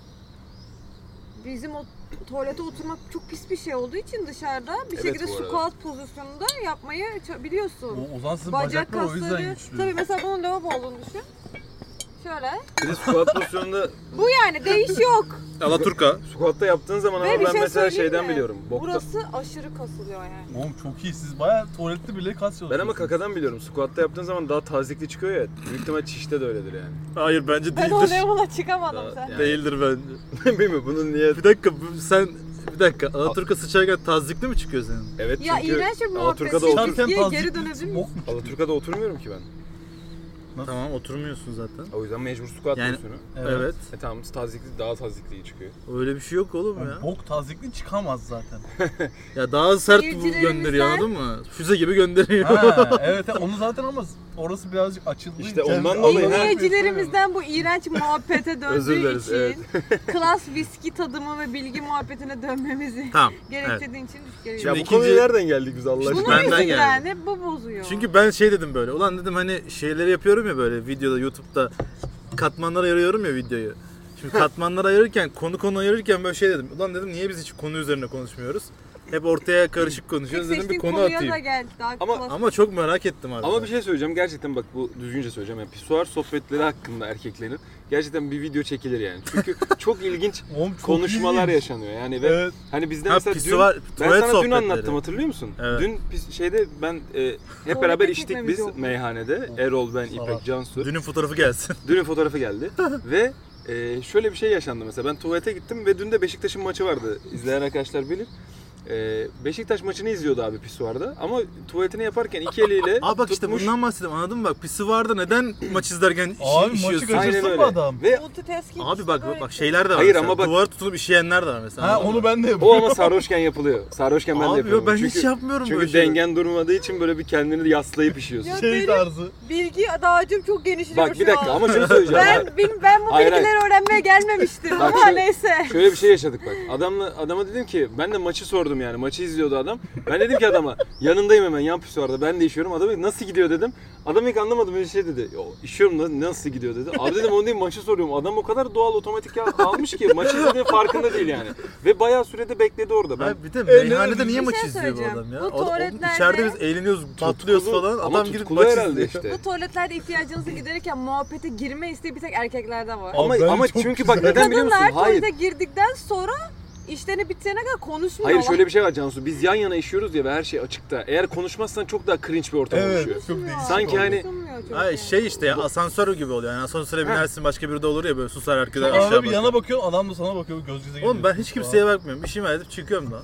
B: Bizim o tuvalete oturmak çok pis bir şey olduğu için dışarıda bir
C: Evet,
B: şekilde
C: bu arada.
B: squat pozisyonunda yapmayı ça- biliyorsun.
D: o, o zaman sizin
B: Bacak
D: bacaklar o yüzden
B: kasları.
D: güçlü.
B: Tabii mesela bunun lavabo olduğunu düşün. Şöyle.
C: Bir de squat pozisyonunda
B: Bu yani değiş yok.
A: Alaturka.
C: squatta yaptığın zaman
B: Ve
C: ama
B: bir
C: ben
B: şey
C: mesela
B: söyleyeyim
C: şeyden
B: mi?
C: biliyorum. Bokta.
B: Burası aşırı kasılıyor yani.
D: Oğlum çok iyi siz baya tuvalette bile kas
C: Ben ama
D: çalışıyorsunuz.
C: kakadan biliyorum. Squatta yaptığın zaman daha tazikli çıkıyor ya. Büyük ihtimal çişte de öyledir yani.
A: Hayır bence
B: Ben o
A: değildir.
B: level'a çıkamadım
C: Daha-
B: sen.
C: yani-
A: Değildir bence.
C: Bilmiyorum bunun niye.
A: Bir dakika bu- sen bir dakika Alaturka sıçarken tazikli mi çıkıyor senin?
C: Evet
B: Ya
C: çünkü
B: iğrenç bir muhabbet.
C: Alaturka'da
B: Çarpı-
C: otur...
D: Çarpken
B: Geri
D: fazla-
B: dönebilir miyiz?
D: Bok mu çıktı?
C: Alaturka'da oturmuyorum ki ben.
A: Tamam oturmuyorsun zaten.
C: O yüzden mecbur squat
A: Yani-
C: pozisyonu.
A: Evet.
C: E tamam tazikli daha tazikli çıkıyor.
A: Öyle bir şey yok oğlum ya.
D: Oğlum Bok tazikli çıkamaz zaten.
A: Ya daha sert bu
B: Seyircilerimizden-
A: gönderiyor anladın mı? Füze gibi gönderiyor.
D: ha, evet onu zaten ama orası birazcık açıldı.
C: İşte ondan dolayı- Vallahi her-
B: Dinleyicilerimizden bu iğrenç muhabbete
C: Özür
B: döndüğü
C: dileriz,
B: için klas viski tadımı ve bilgi muhabbetine dönmemizi
A: tamam. Evet.
B: gerektirdiğin için düşük
C: Ya
A: Şimdi
C: bu
A: ikinci-
C: konuya nereden geldik biz Allah
A: Bunu-
C: aşkına?
B: Bunun
A: benden
B: yüzünden
A: geldi.
B: hep bu bozuyor.
A: Çünkü ben şey dedim böyle. Ulan dedim hani şeyleri yapıyorum ya böyle videoda YouTube'da katmanlara ayırıyorum ya videoyu. Şimdi katmanlara ayırırken konu konu ayırırken böyle şey dedim. Ulan dedim niye biz hiç konu üzerine konuşmuyoruz? Hep ortaya karışık
B: Tek
A: konuşuyoruz dedim bir
B: seçtiğin
A: konu
B: konuya
A: atayım.
B: da geldi. Daha
C: Ama-
B: klas-
A: Ama çok merak ettim abi.
C: Ama bir şey söyleyeceğim gerçekten bak bu düzgünce söyleyeceğim. Yani pisuar sohbetleri hakkında erkeklerin gerçekten bir video çekilir yani. Çünkü çok ilginç konuşmalar yaşanıyor yani ve
D: Evet.
C: hani bizde
A: Ha,
C: mesela dün,
A: pisuvar,
C: ben
A: tuvalet
C: sana dün
A: sohbetleri.
C: anlattım hatırlıyor musun?
A: Evet.
C: Dün pis- şeyde ben e, hep beraber içtik
B: gitmemiz
C: biz
B: oldu.
C: meyhanede. Erol ben,
D: Salak.
C: İpek, Cansu.
A: Dünün fotoğrafı gelsin.
C: Dünün fotoğrafı geldi ve Ee, şöyle bir şey yaşandı mesela. Ben tuvalete gittim ve dün de Beşiktaş'ın maçı vardı. İzleyen arkadaşlar bilir. Ee, Beşiktaş maçını izliyordu abi pisuarda. Ama tuvaletini yaparken iki eliyle
A: Aa bak işte
C: tutmuş.
A: bundan bahsediyorum anladın mı bak pisi vardı neden maç izlerken işi,
D: Abi maçı
A: işiyorsun?
D: kaçır-
C: Aynen
D: Kaçırsın
C: öyle.
D: bu adam.
C: Ve
B: Multitasking
A: Abi
B: işte
A: bak
B: böyle.
A: bak şeyler de var.
C: Hayır
A: mesela.
C: ama bak-
A: Duvara tutulup işeyenler de var mesela.
D: Ha onu ben de
C: o
D: yapıyorum.
C: ama sarhoşken yapılıyor. Sarhoşken ben de
A: Abi yok,
C: yapıyorum.
A: ben
C: çünkü,
A: hiç yapmıyorum
C: Çünkü
A: böyle şeyleri.
C: dengen durmadığı için böyle bir kendini yaslayıp işiyorsun.
B: Ya
D: şey
B: benim-
D: tarzı.
B: Bilgi dağcım çok genişliyor
C: Bak
B: şu
C: bir dakika
B: an.
C: ama şunu söyleyeceğim.
B: Ben, benim- ben bu
C: Hayır,
B: bilgileri öğrenmeye gelmemiştim
C: Bak
B: ama
C: şu-
B: neyse.
C: Şöyle bir şey yaşadık bak. Adamla adama dedim ki ben de maçı sordum yani. Maçı izliyordu adam. Ben dedim ki adama yanındayım hemen yan pisuarda ben de işiyorum. Adam dedi, nasıl gidiyor dedim. Adam ilk anlamadım öyle şey dedi. Yo, işiyorum da nasıl gidiyor dedi. Abi dedim onu değil maçı soruyorum. Adam o kadar doğal otomatik ya- almış ki maçı izlediğinin farkında değil yani. Ve bayağı sürede bekledi orada. Ben
A: Abi Ee, bir de
D: Eğlenir
A: meyhanede
D: misin?
A: niye
B: Bir
A: maçı
B: şey
A: izliyor bu
B: söyleyeceğim.
A: adam ya?
B: Bu
A: O- o-
B: tuvaletlerde-
A: İçeride biz eğleniyoruz, patlıyoruz
C: tutkulu-
A: falan.
C: ama
A: Adam girip
C: tutkulu
A: maç
C: herhalde
A: izliyor.
C: işte.
B: Bu tuvaletlerde ihtiyacınızı giderirken muhabbete girme isteği bir tek erkeklerde var.
D: Abi
C: Ama,
D: ben
C: ama
D: çok
C: çünkü bak
D: güzel.
C: neden biliyor musun?
B: Kadınlar
C: Hayır.
B: tuvalete girdikten sonra işlerini bitirene kadar konuşmuyorlar.
C: Hayır şöyle bir şey var Cansu. Biz yan yana işiyoruz ya ve her şey açıkta. Eğer konuşmazsan çok daha cringe bir ortam oluşuyor.
D: Evet. Çok değişik.
C: Sanki hani-
B: Konuşulmuyor çok
A: Ay
B: yani.
A: şey işte ya asansör gibi oluyor. Yani asansöre binersin başka biri de olur ya böyle susar herkese
D: Arada
A: aşağı
D: bir
A: bakar.
D: yana bakıyorsun adam da sana bakıyor göz göze geliyor.
A: Oğlum ben hiç kimseye bakmıyorum. İşime edip çıkıyorum da.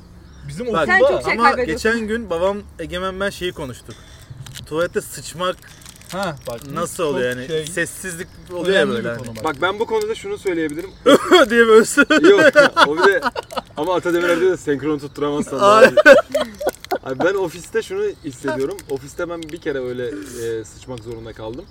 D: Bizim
C: E,
A: Bak-
D: okulda.
A: Sen
B: çok şey-
A: Ama
B: kaybediyorsun.
A: geçen gün babam Egemen ben şeyi konuştuk. Tuvalette sıçmak
D: Ha bak.
A: nasıl
D: çok
A: oluyor yani?
D: şey-
A: Sessizlik oluyor ya
D: önemli
A: böyle.
D: bir
A: Hani.
D: konu
C: Bak ben bu konuda şunu söyleyebilirim.
A: diye böyle
C: Yok o bir de ama Atademirer diyor da senkron tutturamazsan daha
A: Ay.
C: iyi. Abi ben ofiste şunu hissediyorum. Ofiste ben bir kere öyle e, sıçmak zorunda kaldım.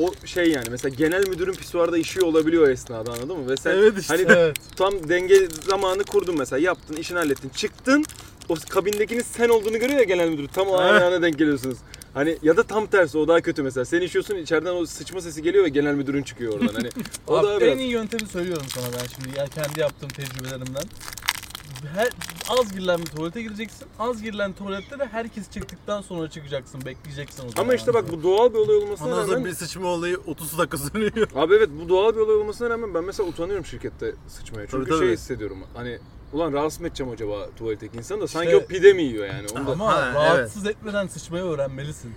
C: O şey yani mesela genel müdürün pisuarda işi olabiliyor o esnada anladın mı? Ve sen
A: Evet işte.
C: hani
D: Evet.
C: tam denge zamanı kurdun mesela yaptın işini hallettin çıktın o kabindekinin sen olduğunu görüyor ya genel müdür tam o
A: Ha.
C: aynı ana denk geliyorsunuz. Hani ya da tam tersi o daha kötü mesela. Sen işiyorsun içeriden o sıçma sesi geliyor ve genel müdürün çıkıyor oradan hani. O
D: Abi
C: da
D: en
C: biraz.
D: iyi yöntemi söylüyorum sana ben şimdi. Ya kendi yaptığım tecrübelerimden. Her, az girilen bir tuvalete gireceksin. Az girilen tuvalette de herkes çıktıktan sonra çıkacaksın. Bekleyeceksin o zaman.
C: Ama işte bak bu doğal bir olay olmasına
A: Ondan sonra
C: rağmen
A: bir sıçma olayı 30 dakika sürüyor.
C: Abi evet bu doğal bir olay olmasına rağmen ben mesela utanıyorum şirkette sıçmaya. Çünkü
A: Tabii, tabii.
C: şey hissediyorum hani ulan rahatsız mı edeceğim acaba tuvaletteki insanı da sanki
D: İşte-
C: o pide mi yiyor yani. Onu da...
D: Ama
A: Ha,
D: rahatsız etmeden sıçmayı öğrenmelisin.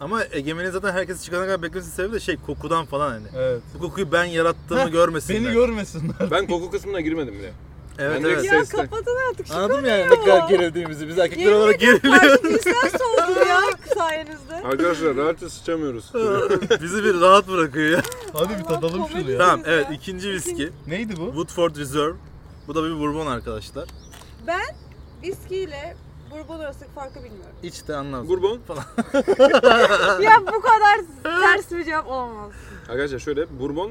A: Ama Egemen'in zaten herkes çıkana kadar beklemesinin sebebi de şey kokudan falan hani.
D: Evet.
A: Bu kokuyu ben yarattığımı
D: Heh,
A: görmesinler.
D: Beni görmesinler.
C: Ben koku kısmına girmedim bile.
A: Evet
C: Ben de-
A: evet.
B: Ya
C: Sesle.
B: kapatın artık şu
A: Anladın mı yani ne kadar gerildiğimizi biz erkekler olarak geriliyoruz.
B: Artık bizden soğudun ya sayenizde.
C: Arkadaşlar rahatça sıçamıyoruz.
A: Bizi bir rahat bırakıyor ya.
D: Hadi bir tadalım şunu ya.
A: tamam evet ikinci viski
D: Neydi bu?
A: Woodford Reserve. Bu da bir bourbon arkadaşlar.
B: Ben viskiyle bourbon arasındaki farkı bilmiyorum.
A: İç de anlamsın.
C: Bourbon.
A: Falan.
B: ya bu kadar ters bir cevap olamaz.
C: Arkadaşlar şöyle bourbon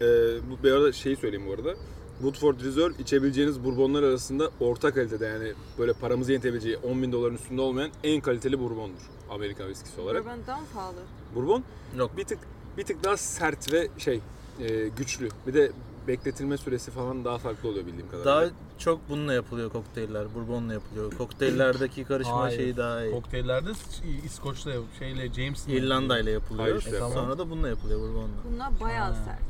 C: e, bu bir arada şeyi söyleyeyim bu arada. Woodford Reserve içebileceğiniz bourbonlar arasında orta kalitede yani böyle paramızı yetebileceği 10 bin doların üstünde olmayan en kaliteli bourbondur. Amerikan viskisi olarak.
B: Bourbon daha mı pahalı?
C: Bourbon
A: Yok.
C: bir tık bir tık daha sert ve şey e, güçlü. Bir de bekletilme süresi falan daha farklı oluyor bildiğim kadarıyla.
A: Daha çok bununla yapılıyor kokteyller. Bourbonla yapılıyor. Kokteyllerdeki karışma
D: Hayır.
A: şeyi daha iyi.
D: Kokteyllerde İ- İskoç'la şeyle James'le.
A: İrlanda ile yapılıyor.
C: Hayır, işte.
A: E, tamam. Sonra da bununla yapılıyor bourbonla.
B: Bunlar bayağı
D: Ha.
B: sert.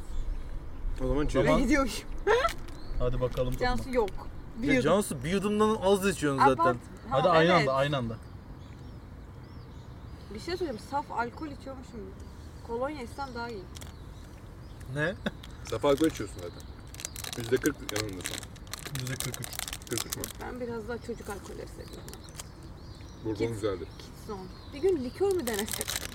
C: o zaman
D: zaman-
B: Ben
D: Tamam.
B: gidiyorum.
D: Hadi bakalım. tadına.
B: Cansu yok.
A: Ya
B: Biliyordum.
A: Cansu bir yudumdan az içiyorsun zaten.
D: Hadi aynı anda aynı anda.
B: Bir şey söyleyeyim. Saf alkol içiyormuşum. Kolonya içsem daha iyi.
A: Ne?
C: Safa alkol içiyorsun zaten. Yüzde 40 yanılmıyorsam.
D: Yüzde 43.
C: 43 mü?
B: Ben biraz daha çocuk alkolleri seviyorum.
C: Bourbon
B: Kesin.
C: güzeldir.
B: Son. Bir gün likör mü denesek?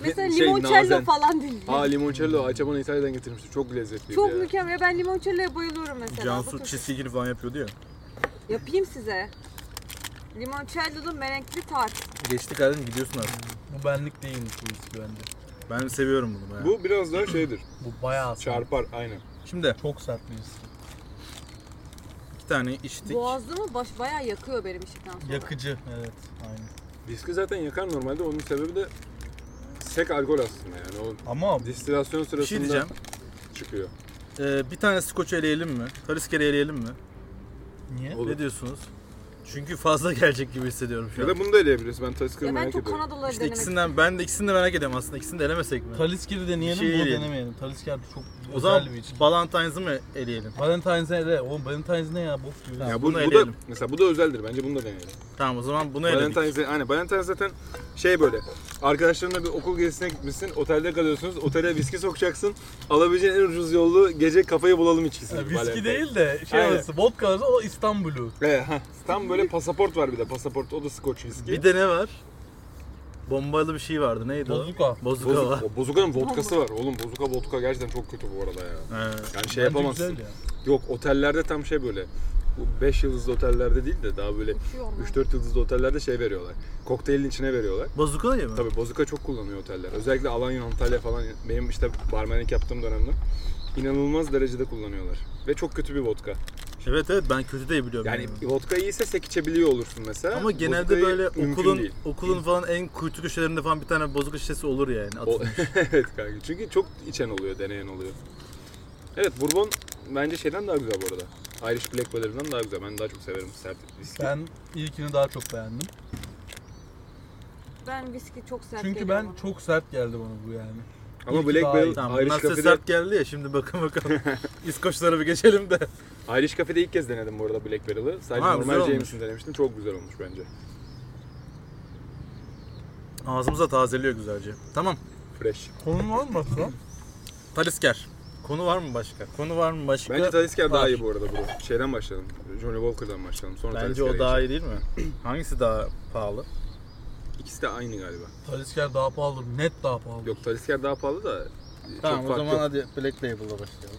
B: Mesela
C: Şey,
B: limoncello
C: nazen.
B: falan dinle.
C: Aa limoncello Ayça bana İtalya'dan getirmişti. Çok lezzetliydi
B: Çok
C: ya.
B: mükemmel. Ben limoncello'ya bayılıyorum mesela.
A: Cansu
B: Bakın,
A: cheesecake falan yapıyordu ya.
B: Yapayım size. Limoncello'lu merenkli tart.
A: Geçtik halden gidiyorsun artık.
D: Bu benlik değilmiş bu viski bence.
A: Ben seviyorum bunu bayağı.
C: Bu biraz daha şeydir.
D: Bu bayağı sert.
C: Çarpar aynen.
A: Şimdi
D: Çok sert bir viski.
A: iki tane içtik.
B: Boğazımı baş bayağı yakıyor benim işten sonra.
D: Yakıcı. Evet. Aynen.
C: Viski zaten yakar normalde. Onun sebebi de sek alkol aslında yani.
D: Ama
C: O distilasyon
A: Bir şey
C: sırasında
A: diyeceğim.
C: çıkıyor.
A: Ee, bir tane skoç eleyelim mi? Kariskeri eleyelim mi?
D: niye?
C: Olur.
A: Ne diyorsunuz? Çünkü fazla gelecek gibi hissediyorum şu
C: Ya
A: an.
C: da bunu da eleyebiliriz. Ben
B: Ya
C: Talisker
B: ben
C: merak
B: çok
C: ediyorum.
B: Kanadalıları
A: İşte
B: denemek
A: ikisinden ben de ikisini de merak ediyorum aslında. İkisini de elemesek mi?
D: Talisker'i deneyelim
A: Şey
D: bunu
A: yiyelim.
D: denemeyelim. Talisker çok
A: O
D: özel
A: zaman
D: bir içki.
A: Valentine's'ı mı eleyelim?
D: Valentine's'e de oğlum Valentine's ne ya bok gibi.
A: Ya
C: Ya bu,
A: bunu
C: bu da
A: eleyelim.
C: mesela bu da özeldir. Bence bunu da deneyelim.
A: Tamam o zaman bunu eledik.
C: Valentine's aynen Valentine's zaten şey böyle. Arkadaşlarınla bir okul gezisine gitmişsin. Otelde kalıyorsunuz. Otele viski sokacaksın. Alabileceğin en ucuz yolu gece kafayı bulalım içkisi.
D: Ya,
C: Valentine.
D: viski değil de şey
C: Aynen.
D: arası vodka arası o İstanbul'u.
C: He, heh. tam böyle pasaport var bir de. Pasaport o da Scotch viski.
A: Bir de ne var? Bombalı bir şey vardı. Neydi
D: Bozuka.
A: o? Bozuka
C: Bozuk,
A: var.
C: o Bozuka'nın vodkası var. Oğlum Bozuka vodka gerçekten çok kötü bu arada ya.
A: He.
C: Yani
D: Bence
C: şey yapamazsın.
D: güzel ya.
C: Yok otellerde tam şey böyle. Bu 5 yıldızlı otellerde değil de daha böyle
B: uçuyor onlar.
C: 3-4 yıldızlı otellerde şey veriyorlar. Kokteylin içine veriyorlar.
A: Bozuka ya mı?
C: Tabii bozuka çok kullanıyor oteller. Özellikle Alanya, Antalya falan benim işte barmenlik yaptığım dönemde inanılmaz derecede kullanıyorlar. Ve çok kötü bir vodka.
A: Evet evet ben kötü de biliyorum.
C: Yani vodka iyiyse sek içebiliyor olursun mesela.
A: Hmm. Ama genelde
C: Bozukayı
A: böyle
C: mümkün
A: okulun
C: değil.
A: okulun falan en kuytu köşelerinde falan bir tane bozuka şişesi olur yani.
C: O-
A: atılmış.
C: evet kanka. Çünkü çok içen oluyor, deneyen oluyor. Evet Bourbon bence şeyden daha güzel bu arada. Irish Blackberry'den daha güzel. Ben daha çok severim sert viski.
D: Ben ilkini daha çok beğendim.
B: Ben viski çok sert
D: Çünkü
B: geliyor
D: ben
B: bana.
D: çok sert geldi bana bu yani.
C: Ama
D: ilki
C: Black
D: daha iyi.
C: Barrel
A: Tamam bunlar
C: Irish
A: size
C: Cafe'de,
A: sert geldi ya şimdi bakın bakalım. İskoçlara bir geçelim de.
C: Irish Cafe'de ilk kez denedim bu arada Black Barrel'ı. Sadece
A: Ha, güzel
C: normal
A: olmuş.
C: James'ini denemiştim. Çok güzel olmuş bence.
A: Ağzımıza tazeliyor güzelce. Tamam.
C: Fresh.
D: Konum var mı başka?
A: Talisker. Konu var mı başka? Konu var mı başka?
C: Bence Talisker daha
A: var.
C: iyi bu arada bro. Şeyden başlayalım. Johnny Walker'dan başlayalım. Sonra
A: Bence
C: Talisker'e
A: o daha
C: geçelim.
A: iyi değil mi? Hangisi daha pahalı?
C: İkisi de aynı galiba.
D: Talisker daha pahalı. Net daha pahalı.
C: Yok Talisker daha pahalı da e,
A: Tamam
C: çok
A: o
C: fark
A: zaman
C: yok.
A: hadi Black Label'la başlayalım.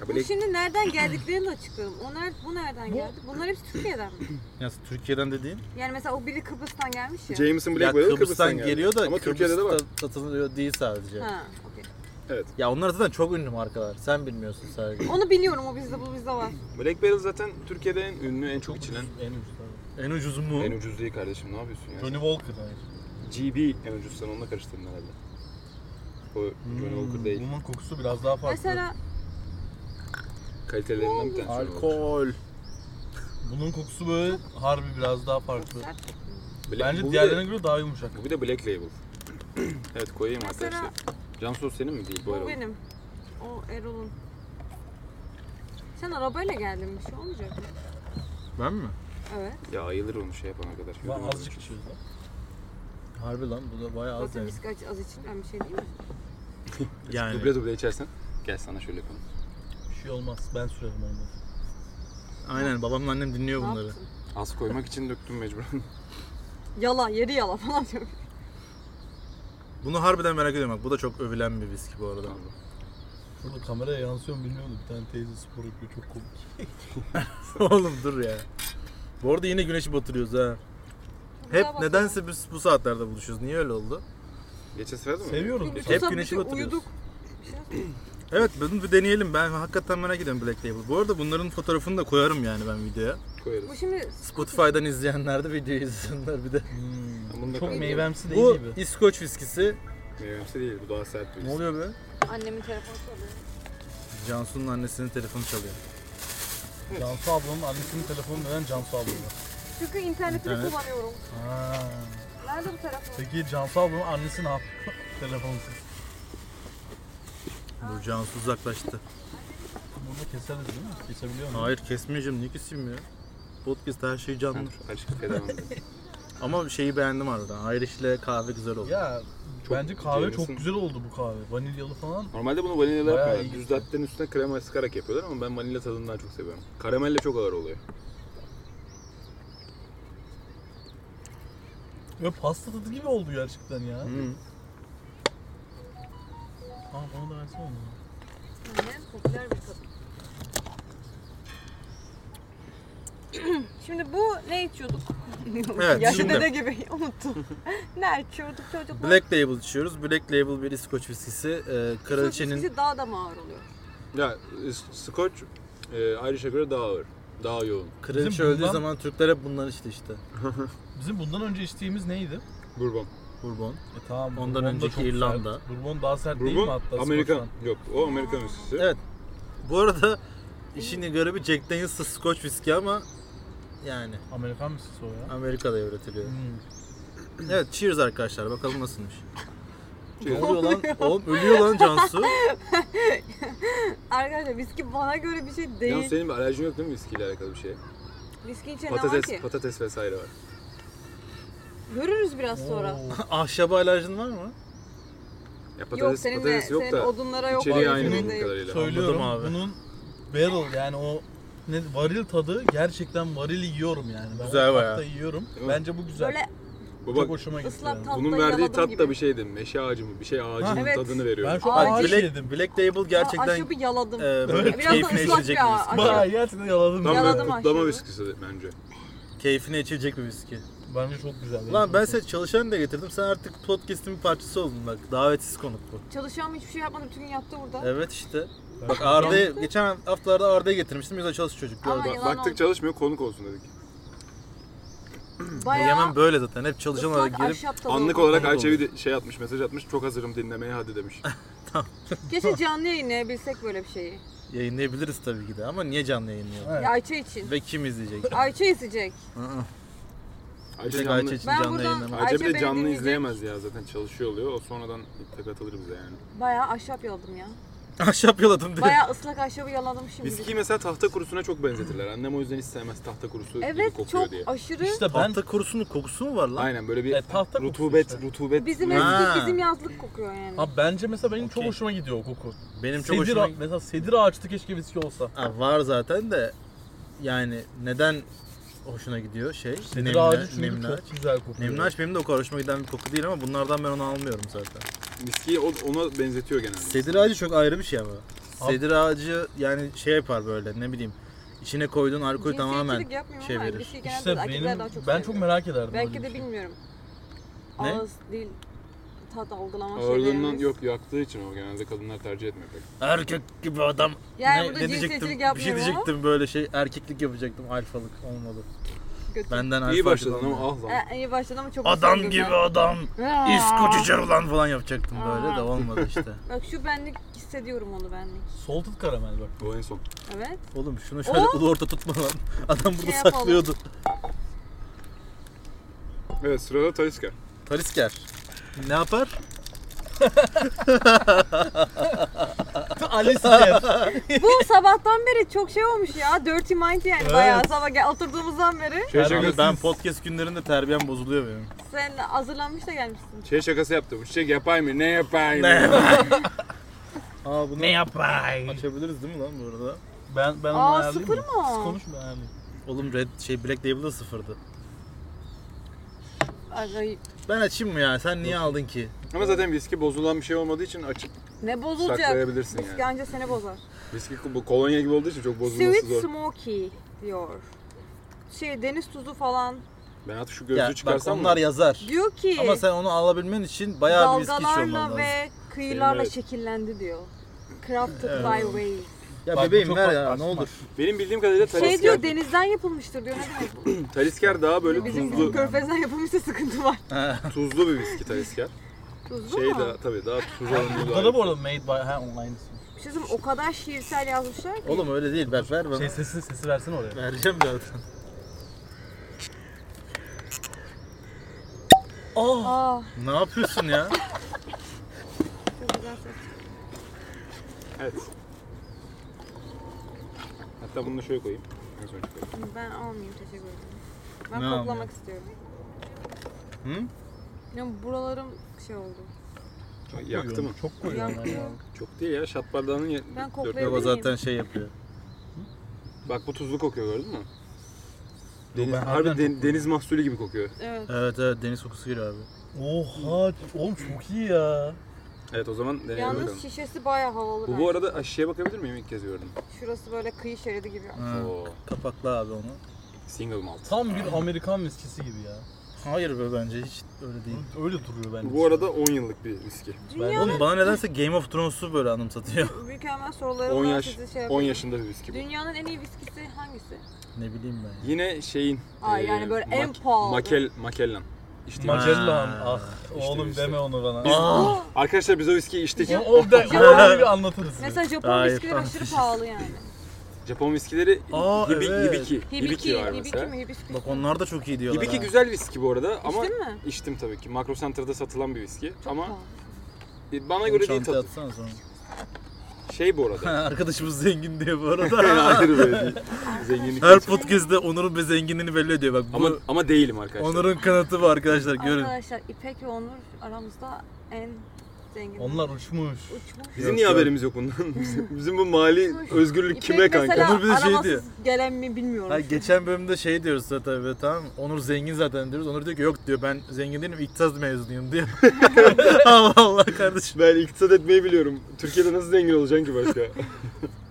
C: Ya
B: Bu
C: Black-
B: şimdi nereden geldiklerini de açıklayalım. Onlar bu nereden geldi? Bunlar hepsi Türkiye'den mi?
A: Ya Türkiye'den dediğin?
B: Yani mesela o biri Kıbrıs'tan gelmiş ya.
C: Jameson
A: Ya
C: Black Barrel
A: Kıbrıs'tan,
C: Kıbrıs'tan geldi.
A: geliyor da
C: Ama Türkiye'de de var.
A: Kıbrıs'ta satılıyor değil sadece.
B: Ha, okey.
A: Ya onlar zaten çok ünlü markalar. Sen bilmiyorsun sadece.
B: Onu biliyorum o bizde bu bizde var.
C: Black Barrel zaten Türkiye'de en ünlü, en çok içilen.
D: ucuz, En ucuz tabii.
A: En ucuzu mu?
C: En ucuz değil kardeşim ne yapıyorsun ya?
D: Johnny Walker hayır.
C: GB en ucuz sen onunla karıştırdın herhalde. O Johnny Walker
A: Hmm.
C: değil.
D: Bunun kokusu biraz daha farklı.
B: Mesela
C: Kalitelerinden bir tanesi. Johnny Walker.
A: Alkol.
D: Bunun kokusu böyle harbi biraz daha farklı.
B: Sert.
C: Black- bu
D: Bence
C: bir
D: diğerlerine
C: de-
D: göre daha yumuşak.
C: Bu bir de Black Label. evet koyayım
B: Mesela-
C: arkadaşlar. Cansu senin mi değil bu
B: bu
C: arada?
B: benim. O Erol'un. Sen arabayla geldin bir şey olmayacak mı?
A: Ben mi?
B: Evet.
C: Ya ayılır onu şey yapana kadar.
D: Ben
C: Yudum
D: azıcık
C: alır.
D: içiyoruz lan.
A: Harbi lan bu da bayağı az
B: Zaten
A: yani.
B: risk az için ben bir şey değil mi?
A: Yani
C: Duble duble içersen. Gel sana şöyle yapalım.
D: Bir şey olmaz. Ben sürerim onları.
A: aynen babamla annem dinliyor
B: Ne
A: bunları.
B: yaptın?
C: Az koymak için döktüm mecburen.
B: Yala, yeri yala falan diyor.
A: Bunu harbiden merak ediyorum bak bu da çok övülen bir viski bu arada.
D: Şurada kameraya yansıyor mu bilmiyorum. Bir tane teyze spor yapıyor. Çok komik.
A: Oğlum dur ya. Bu arada yine güneşi batırıyoruz ha. Hep
B: Güzel bakıyor.
A: nedense biz bu saatlerde buluşuyoruz. Niye öyle oldu?
C: Geçen sefer de mi?
D: Seviyoruz
B: Bugün
D: biz.
A: Hep
B: sabah
A: güneşi
B: bütün
A: batırıyoruz.
B: Uyuduk. Bir şey söyleyeyim.
A: Evet bunu bir deneyelim. Ben hakikaten merak ediyorum Black Label. Bu arada bunların fotoğrafını da koyarım yani ben videoya.
C: Koyarız.
B: Bu şimdi
A: Spotify'dan izleyenler de videoyu izlesinler bir de.
D: Hmm.
C: Bunu da
D: Çok
C: koyarız.
D: meyvemsi değil
A: Bu
D: gibi.
A: İskoç viskisi.
C: Meyvemsi değil bu daha sert bir
A: Ne oluyor be?
B: annemin telefonu çalıyor.
A: Cansu'nun annesinin telefonu çalıyor.
D: Cansu ablamın annesinin telefonu veren Cansu ablamı.
B: Çünkü internetini
A: İnternet.
B: kullanıyorum.
D: Ha.
B: Nerede bu telefon?
D: Peki Cansu ablamın annesi ne yapıyor? Telefonsuz.
A: Dur Cansu uzaklaştı.
D: Bunu keseriz değil mi? Kesebiliyor muyum?
A: Hayır kesmeyeceğim. Niye keseyim ya? Podcast her şey canlı.
C: Dur, Aşk kafeye devam edelim.
A: Ama şeyi beğendim harbiden. Irish'le kahve güzel oldu.
D: Ya
C: Çok
D: bence kahve
C: Jameson.
D: çok güzel oldu bu kahve. Vanilyalı falan.
C: Normalde bunu vanilyalı
D: Bayağı
C: yapmıyorlar.
D: iyi
C: Düz
D: gitti.
C: latte'nin üstüne krema sıkarak yapıyorlar ama ben vanilya tadını daha çok seviyorum. Karamelle çok ağır oluyor.
D: Ve pasta tadı gibi oldu gerçekten ya.
A: Hı.
D: Aa bana da versene onu.
B: Annem popüler bir kadın. Şimdi bu ne içiyorduk?
A: Evet,
B: Yaşlı
A: şimdi-
B: dede gibi unuttum. ne içiyorduk çocuklar?
A: Black Label içiyoruz. Black Label bir İskoç viskisi. Ee, kraliçenin
B: Sosisli daha da mı ağır oluyor?
C: Ya e, Scotch e, Irish'e göre daha ağır. Daha yoğun.
A: kraliçe
D: Bizim
A: öldüğü
D: bundan-
A: zaman Türkler hep bundan işte işte.
D: Bizim bundan önce içtiğimiz neydi?
C: Bourbon.
A: Bourbon.
D: E tamam.
A: Ondan
D: Bourbon da
A: önceki
D: çok sert.
A: İrlanda.
D: Bourbon daha sert değil mi
C: Bourbon
D: hatta?
C: Amerikan.
D: Scotch'tan?
C: Yok o Amerikan üstüsü.
A: Evet. Bu arada işin garibi Jack Daniels'ta Scotch viski ama Yani
D: Amerikan mısın o ya?
A: Amerika'da üretiliyor.
D: Hmm.
A: Evet cheers arkadaşlar bakalım nasılmış. Ne
C: Cheers.
A: oluyor lan? Oğlum ölüyor lan Cansu.
B: Arkadaşlar viski bana göre bir şey
C: Ya
B: değil.
C: senin bir alerjin yok değil mi viskiyle alakalı bir şeye?
B: Viski içen ne var
C: Patates,
B: ki?
C: patates vesaire var.
B: Görürüz biraz sonra.
D: Oo.
A: Ahşaba alerjin var mı?
C: Ya patates,
B: yok senin de,
C: patates yok
B: senin
C: da
B: odunlara yok.
C: içeriği
B: o
C: aynı
B: yüzden
C: bildiğim
B: değil.
C: kadarıyla.
D: Söylüyorum
A: Anladım abi.
D: bunun barrel yani o ne varil tadı gerçekten varili yiyorum yani. Ben
A: Güzel
D: o
A: bayağı.
D: tatta yiyorum.
C: Değil mi?
D: Bence bu güzel.
B: Böyle
C: Bu
D: Çok
C: bak
D: hoşuma gitti.
B: ıslak
D: yani.
B: tat-
C: bunun
B: Tatlı
C: verdiği
B: yaladım
C: tat
B: gibi.
C: da bir şeydi. Meşe ağacı mı? Bir şey ağacının
B: evet.
C: tadını
D: Ben
C: veriyor.
D: şu
B: Ay,
D: an ağaç yedim.
A: Black, Black Label
B: Aa,
A: gerçekten
B: aşırı bir yaladım.
A: e, böyle
D: Evet.
B: Biraz da
A: keyfine
B: ıslak
A: içilecek
B: ya,
A: bir viski.
B: aşırı.
D: Bayağı gerçekten yaladım.
C: Tam
D: ya.
C: böyle
B: Yaladım
C: kutlama
B: aşırı.
C: viskisi bence.
A: Keyfine içilecek bir viski.
D: Bence çok güzel.
A: Lan ben size çalışan da getirdim. Sen artık podcast'in bir parçası oldun bak. Davetsiz konuk bu.
B: Çalışan hiçbir şey yapmadı. Bütün gün yattı burada.
A: Evet işte.
D: Ben-
A: Bak Arda'yı geçen haftalarda Arda'yı getirmiştim. Yüzde çalış çocuk
B: Ama
A: gördüm.
B: yalan
C: baktık
B: oldu.
C: çalışmıyor konuk olsun dedik.
B: Bayağı
A: Yemen böyle zaten. Hep çalışan
B: ıslak
A: olarak girip
B: ahşap tadı
C: Anlık
B: oldu.
C: olarak
A: konuk
C: Ayça bir de şey atmış, mesaj atmış. Çok hazırım dinlemeye hadi demiş.
B: Keşke canlı yayınlayabilsek böyle bir şeyi.
A: yayınlayabiliriz tabii ki de. Ama niye canlı yayınlayalım?
D: Evet.
B: Ya Ayça için.
A: Ve kim izleyecek?
B: Ayça izleyecek.
A: Hı hı.
C: Ayça
A: Direkt
C: canlı,
A: Ayça için
B: Ben
A: canlı
B: buradan-
A: yayınlamak.
C: Ayça bir
B: Ayça
C: de
B: beni
C: canlı
B: dinleyecek.
C: izleyemez ya zaten çalışıyor oluyor. O sonradan iptal atılır bize yani.
B: Bayağı ahşap yaladım ya.
A: Ahşap yaladım diye.
B: Bayağı ıslak ahşabı yaladım şimdi.
C: Viskiyi mesela tahta kurusuna çok benzetirler. Annem o yüzden hiç sevmez tahta kurusu gibi
B: Evet
C: kokuyor
B: çok
C: diye.
B: aşırı.
D: İşte ben
A: Tahta kurusunun kokusu mu var lan?
C: Aynen böyle bir
D: E, tahta kokusu
C: rutubet,
D: işte.
C: rutubet.
B: Bizim
C: böyle-
A: Ha.
B: eski bizim yazlık kokuyor yani.
D: Abi bence mesela benim çok
A: Okey.
D: hoşuma gidiyor o koku.
A: Benim çok
D: sedir
A: hoşuma...
D: ağa- mesela sedir ağaçtı keşke viski olsa.
A: Ha, var zaten de yani neden hoşuna gidiyor şey?
D: Sedir
A: Nemli-
D: ağacı çünkü
A: nemli
D: çok
A: ağaç.
D: güzel kokuyor.
A: Nemli ağaç benim de o kadar hoşuma giden bir koku değil ama bunlardan ben onu almıyorum zaten.
C: Viskiyi o- ona benzetiyor genelde.
A: Sedir ağacı çok ayrı bir şey ama.
D: Abi-
A: Sedir ağacı yani şey yapar böyle ne bileyim içine koyduğun alkolü tamamen
B: Cinsiyetçilik yapmıyorum
A: şey
B: ama
A: verir.
B: viskiyi genelde
D: İşte
B: erkekler
D: benim,
B: daha çok
D: ben
B: seviyor.
D: çok merak ederdim
B: Belki
D: öyle
B: de
D: bir şey.
B: bilmiyorum.
A: Ne?
B: Ağız, dil, tat algılama
C: Ağırlığından
B: şeylerimiz.
C: yok yaktığı için o genelde kadınlar tercih etmiyor pek.
A: erkek gibi adam.
B: Yani
A: ne,
B: burada
A: ne
B: cinsiyetçilik
A: diyecektim? Bir
B: yapmıyorum
A: şey diyecektim böyle şey erkeklik yapacaktım alfalık olmadı.
B: ama kötü.
A: Benden alfalık.
C: İyi başladın ama ah lan.
B: Ha, E, iyi başladı ama çok
A: Adam
B: hoşuma
A: gibi
B: gidiyor.
A: adam.
B: Ha.
A: İskoçyuca ulan falan yapacaktım böyle de
B: Aa.
A: olmadı işte.
B: Bak şu benlik hissediyorum onu benlik.
D: Salted karamel bak.
C: O en son.
B: Evet.
A: Oğlum şunu şöyle ulu orta tutma lan. Adam burada
B: Oh. Şey yapalım.
A: saklıyordu.
C: Evet sırada Talisker.
A: Talisker. Ne yapar?
D: Alice Cat.
B: Bu sabahtan beri çok şey olmuş ya. Dirty Mind yani
D: Evet.
B: bayağı sabah gel, oturduğumuzdan beri.
C: Şey,
D: Ben-
C: şakası,
A: ben podcast günlerinde terbiyem bozuluyor benim.
B: Sen hazırlanmış da gelmişsin.
C: şey şakası yaptı. Bu çiçek yapay mı? Ne yapay mı?
A: Aa bunu
D: yapay?
A: açabiliriz değil mi lan bu arada?
D: Ben ben onu
B: Aa,
D: ayarlayayım
B: sıfır mı?
D: Siz konuşun ben ayarlayayım.
A: Oğlum red şey Black Label'da sıfırdı.
B: Ay,
A: Ben açayım mı ya? Sen niye aldın ki?
C: Ama zaten viski bozulan bir şey olmadığı için açıp
B: ne bozulacak?
C: saklayabilirsin
B: Viski
C: yani.
B: anca seni bozar.
C: Viski bu kolonya gibi olduğu için çok bozulması
B: Sweet
C: zor.
B: Smoky diyor. Şey deniz tuzu falan.
C: Ben artık şu
A: Ya
C: gözlüğü
A: bak
C: çıkarsam mı?
A: onlar yazar.
B: Diyor ki
A: Ama sen onu alabilmen için bayağı bir viski içiyorman
B: dalgalarla
A: lazım.
B: ve kıyılarla
C: Evet.
B: şekillendi diyor. Crafted
A: Evet.
B: by waves.
A: Ya
D: Bak bu
A: bebeğim
D: çok
A: ver ya
D: abartma.
A: ne olur.
C: Benim bildiğim kadarıyla
B: Şey diyor
C: Talisker,
B: denizden yapılmıştır diyor. Ne demek bu?
C: Talisker daha böyle
B: Bizim
C: tuzlu,
B: körfezden yapılmışsa sıkıntı var.
C: tuzlu bir viski Talisker.
B: Tuzlu
C: Şey
B: mu?
C: daha tabii daha tuz
D: Burada da bu
C: alınıyor.
D: arada made by ha online.
B: Bir şey söyleyeyim, o kadar şiirsel yazmışlar ki.
A: Oğlum öyle değil ver ver bana.
D: Şey sesi sesi versene oraya.
A: Vereceğim zaten.
D: Oh.
B: Aa,
A: ne yapıyorsun ya?
B: çok güzel ses.
C: Evet. Hatta bunu da şöyle koyayım. En son çıkarayım.
B: Ben almayayım teşekkür ederim. Ben
A: Ne
B: koklamak
A: almayayım?
B: istiyorum.
A: Hı?
B: Ya buralarım şey oldu.
C: Çok Yaktı mı?
D: Çok koyuyorum.
B: Yaktı.
D: ya.
C: Çok değil ya. Şat bardağının ye-
B: Ben
C: dörtte
B: koklayayım.
A: Yok o zaten şey yapıyor.
C: Bak bu tuzlu kokuyor gördün mü?
D: ben
C: Deniz,
D: harbiden
C: harbi den- deniz mahsulü gibi kokuyor.
B: Evet.
A: Evet evet deniz kokusu geliyor abi.
D: Oha oğlum çok iyi ya.
C: Evet o zaman deneyelim bakalım.
B: Yalnız şişesi bayağı havalı.
C: Bu,
B: bence.
C: bu arada aşağıya bakabilir miyim? İlk kez gördüm.
B: Şurası böyle kıyı şeridi gibi.
A: Ha.
C: Oo.
A: Kapakla abi onu.
C: Single malt.
D: Tam bir Amerikan viskisi gibi ya.
A: Hayır be bence hiç öyle değil.
D: Öyle duruyor bence.
C: Bu arada 10 yıllık bir viski.
B: Dünyanın
A: Oğlum bana nedense Game of Thrones'u böyle anımsatıyor.
B: mükemmel soruları
C: 10
B: var,
C: yaş,
B: sizi şey
C: 10
B: yapayım.
C: yaşında bir viski bu.
B: Dünyanın en iyi viskisi hangisi?
A: ne bileyim ben.
C: Yine şeyin...
B: Aa,
C: eee,
B: yani böyle
C: Mac-
B: en pahalı.
C: Makel, Makellan. İşte
D: Magellan
A: Ha. şey.
D: ah oğlum
C: işte.
D: deme onu bana.
A: Aa,
C: Arkadaşlar biz o viskiyi içtik.
D: O, o, de- onu bir anlatırız.
B: Mesela Japon
A: Hayır,
B: viskileri
A: tamam,
B: aşırı
A: şişesi.
B: pahalı yani.
C: Japon viskileri
A: Aa,
C: Hibi,
A: evet.
C: Hibiki.
B: Hibiki,
C: var
B: Hibiki
C: mesela.
B: mi? Hibiskus.
A: Bak onlar da çok iyi diyorlar.
C: Hibiki
A: ha.
C: güzel viski bu arada ama
B: İçtin mi?
C: içtim tabii ki. Makro Center'da satılan bir viski
B: Çok
C: ama
B: pahalı.
C: bana
A: Onu
C: göre değil
A: çantaya
C: tadı.
A: atsana sonra.
C: Şey bu arada.
A: Arkadaşımız zengin diye bu arada.
C: Hayır böyle değil. Zenginlik.
A: Her podcast'te Onur'un bir zenginliğini belli ediyor bak. Bu
C: Ama ama değilim arkadaşlar.
A: Onur'un kanıtı bu arkadaşlar görün.
B: Arkadaşlar İpek ve Onur aramızda en zengin.
D: Onlar uçmuş.
B: uçmuş.
C: Bizim
A: Yok,
C: niye
A: yok.
C: haberimiz yok bundan? Bizim, bizim bu mali özgürlük
B: İpek
C: kime kanka?
B: mesela
A: Onur bir de şey
B: arabasız
A: diyor.
B: gelen mi bilmiyorum.
A: Ha, geçen bölümde şey diyoruz zaten böyle tamam mı? Onur zengin zaten diyoruz. Onur diyor ki yok diyor ben zengin değilim iktisat mezunuyum diyor. Allah Allah kardeşim.
C: Ben iktisat etmeyi biliyorum. Türkiye'de nasıl zengin olacaksın ki başka?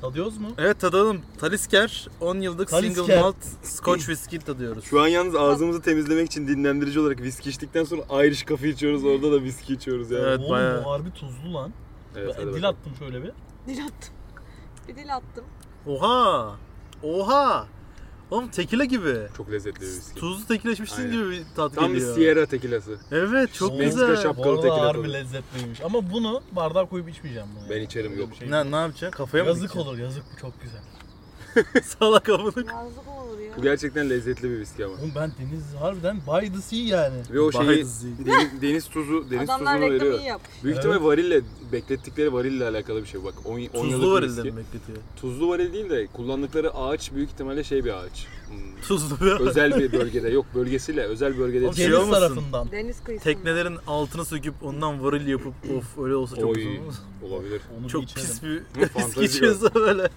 D: Tadıyoruz mu?
A: Evet tadalım. Talisker 10 yıllık single
D: Talisker.
A: malt scotch whisky tadıyoruz.
C: Şu an yalnız ağzımızı temizlemek için dinlendirici olarak viski içtikten sonra Irish kafe içiyoruz. Orada da viski içiyoruz yani.
A: Evet,
D: Oğlum
A: bayağı.
D: bu harbi tuzlu lan.
C: Evet, hadi
D: Ben dil
C: bakalım.
D: attım şöyle bir.
B: Dil attım. Bir dil attım.
A: Oha! Oha! Oğlum tekila gibi.
C: Çok lezzetli bir viski.
A: Tuzlu tekileşmişsin
C: Aynen.
A: gibi bir tat
C: Tam bir
A: geliyor.
C: Sierra tekilası.
A: Evet çok
D: Meksika
A: güzel.
C: şap- Şapkalı
D: Bu arada
C: tekila
D: harbi
C: tadı.
D: lezzetliymiş. Ama bunu bardağa koyup içmeyeceğim bunu.
C: Ben içerim, yok.
A: Ne, ne yapacaksın? Kafaya mı
D: Yazık
A: dikeceksin?
D: olur yazık bu çok güzel.
A: Salak amına.
B: Yazık olur ya.
C: Bu gerçekten lezzetli bir viski ama.
D: Oğlum ben deniz harbiden by the sea yani.
C: Ve o şeyi
A: Bahadır zil.
C: deniz, deniz tuzu, deniz
B: Adamlar
C: tuzunu
B: reklamı
C: veriyor.
B: iyi yapmış.
C: Büyük
D: Evet.
C: ihtimal varille, beklettikleri varille alakalı bir şey. Bak 10
A: Tuzlu var elinde mi bekletiyor?
C: Tuzlu varil değil de kullandıkları ağaç büyük ihtimalle şey bir ağaç. Hmm,
A: Tuzlu bir
C: özel bir bölgede yok bölgesiyle özel bölgede
A: Oğlum,
C: değil.
A: şey
D: deniz
A: olmasın?
D: tarafından.
B: Deniz kıyısında.
A: Teknelerin altını söküp ondan varil yapıp of öyle olsa çok
C: Oy,
A: güzel olmaz.
C: olabilir.
D: Onu bir
A: Çok
D: içerim.
A: pis bir viski
C: Fantezi
A: içiyorsa böyle.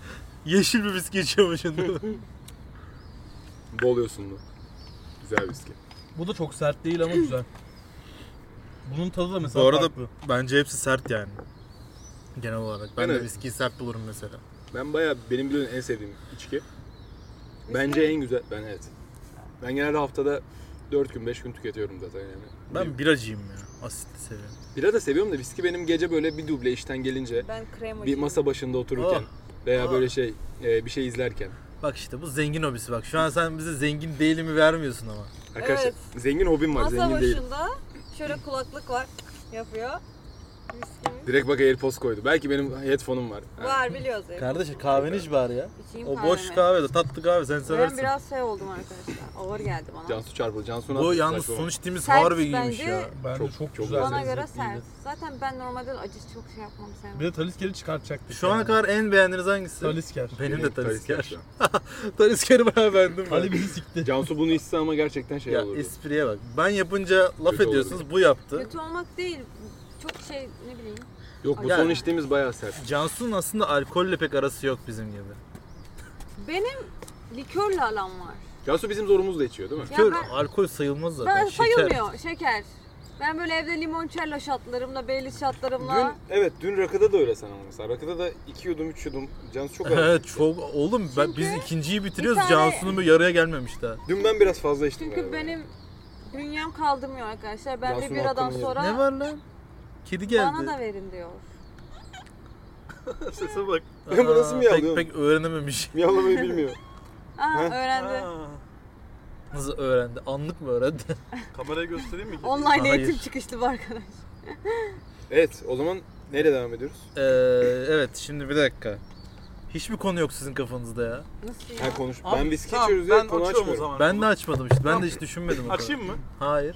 A: Yeşil bir viski içiyormuşsun.
C: Bol yosunlu. Güzel viski.
D: Bu da çok sert değil ama güzel. Bunun tadı da mesela
A: Bu arada-
D: farklı.
A: Bence hepsi sert yani. Genel olarak. Ben de
C: Evet.
A: viskiyi sert bulurum mesela.
C: Ben baya benim biliyorsun en sevdiğim içki. Bence en güzel. Ben evet. Ben genelde haftada 4 gün 5 gün tüketiyorum zaten yani.
A: Ben biracıyım ya. Asitli seviyorum.
C: Bira da seviyorum da viski benim gece böyle bir duble işten gelince
B: Ben kremacıyım.
C: bir masa başında otururken veya
A: Ah.
C: böyle şey e, bir şey izlerken.
A: Bak işte bu zengin hobisi bak. Şu an sen bize zengin değilimi vermiyorsun ama.
C: Arkadaşlar zengin hobim var
B: Masa
C: zengin
B: başında
C: değil.
B: şöyle kulaklık var. Yapıyor. Viskimiz.
C: Direkt bak AirPods koydu. Belki benim headphone'um var. Ha.
B: Var biliyoruz. hep.
A: Kardeşim kahveni iç bari ya.
B: İçeyim
A: O boş
B: kahvemi.
A: kahve de tatlı kahve sen seversin.
B: Ben biraz şey oldum arkadaşlar. Ağır geldi bana.
C: Cansu çarpıldı. Cansu'nun
A: Bu
C: hafif
A: yalnız
C: saçma-
A: son içtiğimiz
B: Sert
A: harbi giymiş
B: bence.
A: ya.
D: Bence
C: Çok-
D: çok,
C: çok
D: güzel.
B: Bana göre
D: lezzetliydi.
B: sert. Zaten ben normalde acı çok şey yapmam sevmem.
D: Bir de taliskeri çıkartacaktık.
A: Şu ana
D: yani.
A: kadar en beğendiğiniz hangisi?
D: talisker.
A: Benim de
C: Benim
A: Talisker.
C: Talisker şu
A: Talisker'i bayağı beğendim ben.
D: Ali bizi sikti.
C: Cansu bunu içse ama gerçekten şey
A: ya
C: olurdu.
A: espriye bak. Ben yapınca laf
C: Kötü
A: ediyorsunuz bu yaptı.
B: Kötü olmak değil. Çok şey ne bileyim.
C: Yok bu
A: Yani-
C: son içtiğimiz bayağı sert.
A: Cansu'nun aslında alkolle pek arası yok bizim gibi.
B: Benim likörle alam var.
C: Cansu bizim zorumuzla içiyor değil mi?
B: Ya
A: Kör
B: ben-
A: alkol sayılmaz zaten.
B: Ben
A: şeker.
B: sayılmıyor şeker. Ben böyle evde limoncello şatlarımla, beylis şatlarımla.
C: Dün, evet dün rakıda da öyle sana mesela. Rakıda da iki yudum, üç yudum. Cansu çok ağır.
A: Evet çok oğlum ben, biz ikinciyi bitiriyoruz
B: bir tane-
A: Cansu'nun bir yarıya gelmemiş daha.
C: Dün ben biraz fazla içtim
B: Çünkü
A: Ee,
C: galiba.
B: benim bünyem kaldırmıyor arkadaşlar. Ben
C: Cansu'nun
B: bir biradan
C: hakkını yedim.
B: sonra
A: Ne var lan? Kedi geldi.
B: bana da verin diyor.
C: Sese bak.
A: Aa,
C: Bu nasıl miyavlıyor?
A: Pek pek öğrenememiş.
C: Miyavlamayı bilmiyor.
B: Aa
C: Heh.
B: öğrendi.
A: Nasıl öğrendi? Anlık mı öğrendi?
D: Kameraya göstereyim mi?
B: Online
A: Hayır.
B: eğitim çıkışlı bu arkadaş.
C: Evet o zaman nereye devam ediyoruz?
A: Ee, evet şimdi bir dakika. Hiçbir konu yok sizin kafanızda ya.
B: Nasıl ya?
C: Ha konuş. ben viski içiyoruz diye konu açmıyorum.
A: Ben de açmadım işte. Ben de hiç düşünmedim. o kadar.
D: Açayım mı?
A: Hayır.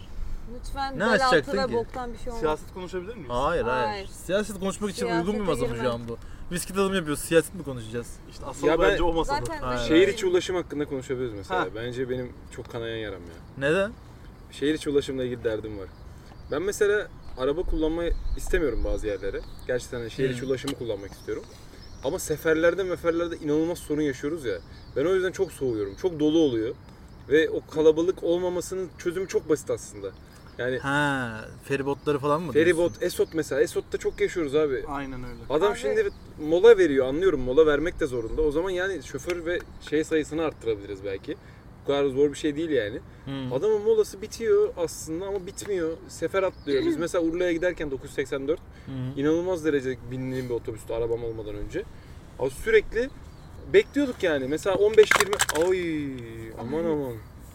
B: Lütfen
A: Ne
B: bel altı
A: açacaktın
B: ve
A: ki?
B: boktan bir şey olmaz.
D: Siyaset konuşabilir miyiz?
A: Hayır hayır.
B: Hayır.
A: Siyaset konuşmak için
B: Siyasete
A: uygun bir masa bu
B: girmem.
A: şu an bu. Viski tadımı yapıyoruz. Siyaset mi konuşacağız?
D: İşte asıl
C: Ya ben-
D: bence o masada.
B: Zaten
A: Hayır.
C: Şehir içi ulaşım hakkında konuşabiliriz mesela.
D: Ha.
C: Bence benim çok kanayan yaram ya.
A: Neden?
C: Şehir içi ulaşımla ilgili derdim var. Ben mesela araba kullanmayı istemiyorum bazı yerlere. Gerçekten de şehir içi
A: Hmm.
C: ulaşımı kullanmak istiyorum. Ama seferlerde meferlerde inanılmaz sorun yaşıyoruz ya. Ben o yüzden çok soğuyorum. Çok dolu oluyor. Ve o kalabalık olmamasının çözümü çok basit aslında. Yani
A: Ha, feribotları falan mı? diyorsun?
C: feribot, Esot mesela. Esot'ta çok yaşıyoruz abi.
D: Aynen öyle.
C: Adam
B: Abi-
C: şimdi mola veriyor anlıyorum mola vermek de zorunda. O zaman yani şoför ve şey sayısını arttırabiliriz belki. Bu kadar zor bir şey değil yani.
A: Hmm.
C: Adamın molası bitiyor aslında ama bitmiyor. Sefer atlıyor. Biz mesela Urla'ya giderken 984
A: Hmm.
C: inanılmaz derece bindiğim bir otobüstü arabam olmadan önce. Ama sürekli bekliyorduk yani. Mesela 15-20 ay aman aman.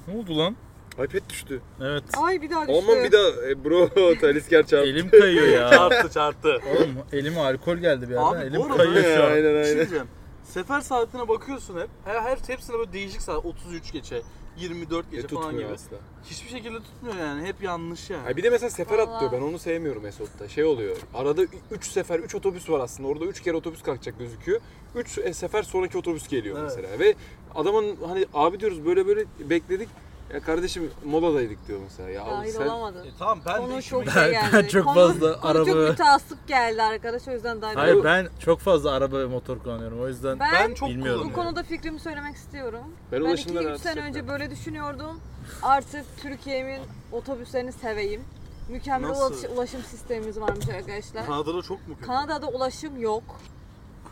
A: Ne oldu lan?
C: iPad düştü.
A: Evet.
B: Ay bir daha düştü.
C: Aman bir daha e, bro talisker çarptı.
A: Elim kayıyor ya.
D: çarptı çarptı.
A: Oğlum elime alkol geldi bir yerden.
D: Abi, bu
A: Elim
D: arada-
A: kayıyor şu an.
C: aynen
D: Bir şey
C: aynen.
D: diyeceğim. sefer saatine bakıyorsun hep. Her, her hepsine böyle değişik saat. 33 geçe, 24
C: E,
D: geçe falan gibi.
C: tutmuyor asla.
D: Hiçbir şekilde tutmuyor yani. Hep yanlış yani.
C: Ha bir de mesela sefer
B: Vallahi.
C: atlıyor. Ben onu sevmiyorum Esot'ta. Şey oluyor. Arada 3 sefer 3 otobüs var aslında. Orada 3 kere otobüs kalkacak gözüküyor. 3 sefer sonraki otobüs geliyor
D: Evet.
C: mesela. Ve adamın hani abi diyoruz böyle böyle bekledik. Ya kardeşim moladaydık diyor mesela. Ya abi
B: Dahil
C: sen
B: olamadı.
D: E, tamam ben de
B: Konu
D: işimi-
B: çok şey
A: Ben-
B: geldi.
A: ben çok
B: Konu-
A: fazla
B: konu
A: araba-
B: çok müteassıp geldi arkadaş o yüzden dahil
A: Hayır
B: olamadım.
A: ben çok fazla araba ve motor kullanıyorum. O yüzden
B: Ben,
D: Ben çok
A: Bilmiyorum
B: bu
A: yani.
B: konuda fikrimi söylemek istiyorum.
C: ben
B: Ben
C: ulaşımda
B: 2-3
C: rahatsız
B: sene
C: etmem.
B: önce böyle düşünüyordum. Artık Türkiye'min otobüslerini seveyim. Mükemmel
D: Nasıl?
B: ulaş- ulaşım sistemimiz varmış arkadaşlar.
D: Kanada'da çok mu kötü?
B: Kanada'da ulaşım yok.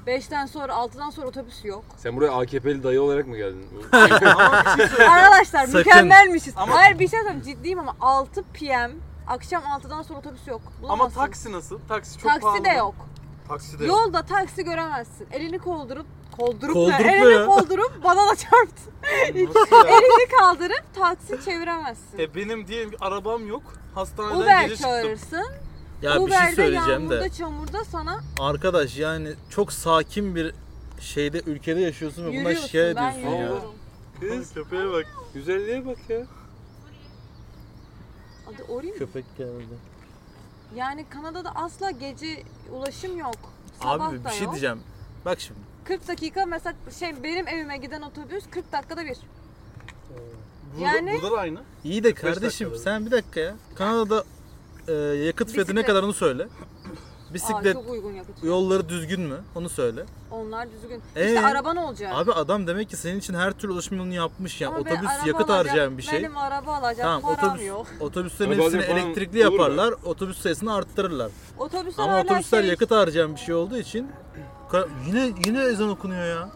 B: 5'ten sonra 6'dan sonra otobüs yok.
C: Sen buraya AKP'li dayı olarak mı geldin?
B: Arkadaşlar
A: Sakın.
B: mükemmelmişiz.
D: Ama-
B: Hayır bir şey söyleyeyim ciddiyim ama 6 PM akşam 6'dan sonra otobüs yok.
D: Ama
B: Bulamazsın.
D: taksi nasıl? Taksi çok pahalı.
B: taksi de yok.
D: Taksi de yok.
B: Yolda taksi göremezsin. Elini koldurup koldurup ne?
A: Koldurup ne
B: Elini
A: ya?
B: koldurup bana da çarptı.
D: Nasıl ya?
B: Elini kaldırıp taksi çeviremezsin.
D: E benim diyelim ki arabam yok. Hastaneden
B: Uber
D: geri çıktım.
B: çağırırsın.
A: ya bir şey
B: Uber'de
A: söyleyeceğim
B: yağmurda
A: de.
B: çamurda sana
A: Arkadaş yani çok sakin bir şeyde ülkede yaşıyorsun ve buna
B: yürüyorsun.
A: şikayet
B: ben
A: ediyorsun ya.
B: yürüyorum.
C: Kız
D: Köpeğe bak.
C: güzelliğe bak ya.
B: Hadi orayı mı?
A: Köpek geldi.
B: Yani Kanada'da asla gece ulaşım yok. Sabah
A: Abi
B: da
A: bir şey
B: yok.
A: diyeceğim. Bak şimdi.
B: 40 dakika mesela şey benim evime giden otobüs 40 dakikada bir.
D: Burada,
B: Yani-
D: burada da aynı.
A: İyi de
D: 45
A: kardeşim
D: dakikada.
A: sen bir dakika ya. Kanada'da e, yakıt fiyatı ne
B: Bisiklet.
A: kadarını söyle.
B: Aa,
A: Bisiklet
B: çok uygun yakıt.
A: yolları düzgün mü? Onu söyle.
B: Onlar düzgün.
A: Ee?
B: işte araban olacak.
A: Abi adam demek ki senin için her türlü ulaşım yolunu yapmış ya.
B: Ama ben
A: otobüs
B: araba
A: yakıt
B: alacak,
A: harcayan bir şey.
B: Benim araba alacak
A: Tamam
B: param
A: otobüs
B: yok.
A: otobüslerin
C: Ama bazen
A: hepsini
C: falan
A: elektrikli
C: olur mu?
A: yaparlar. Otobüs sayısını arttırırlar.
B: Otobüsler
A: Ama
B: hala
A: otobüsler
B: şey-
A: yakıt harcayan bir şey olduğu için ka- yine yine ezan okunuyor ya.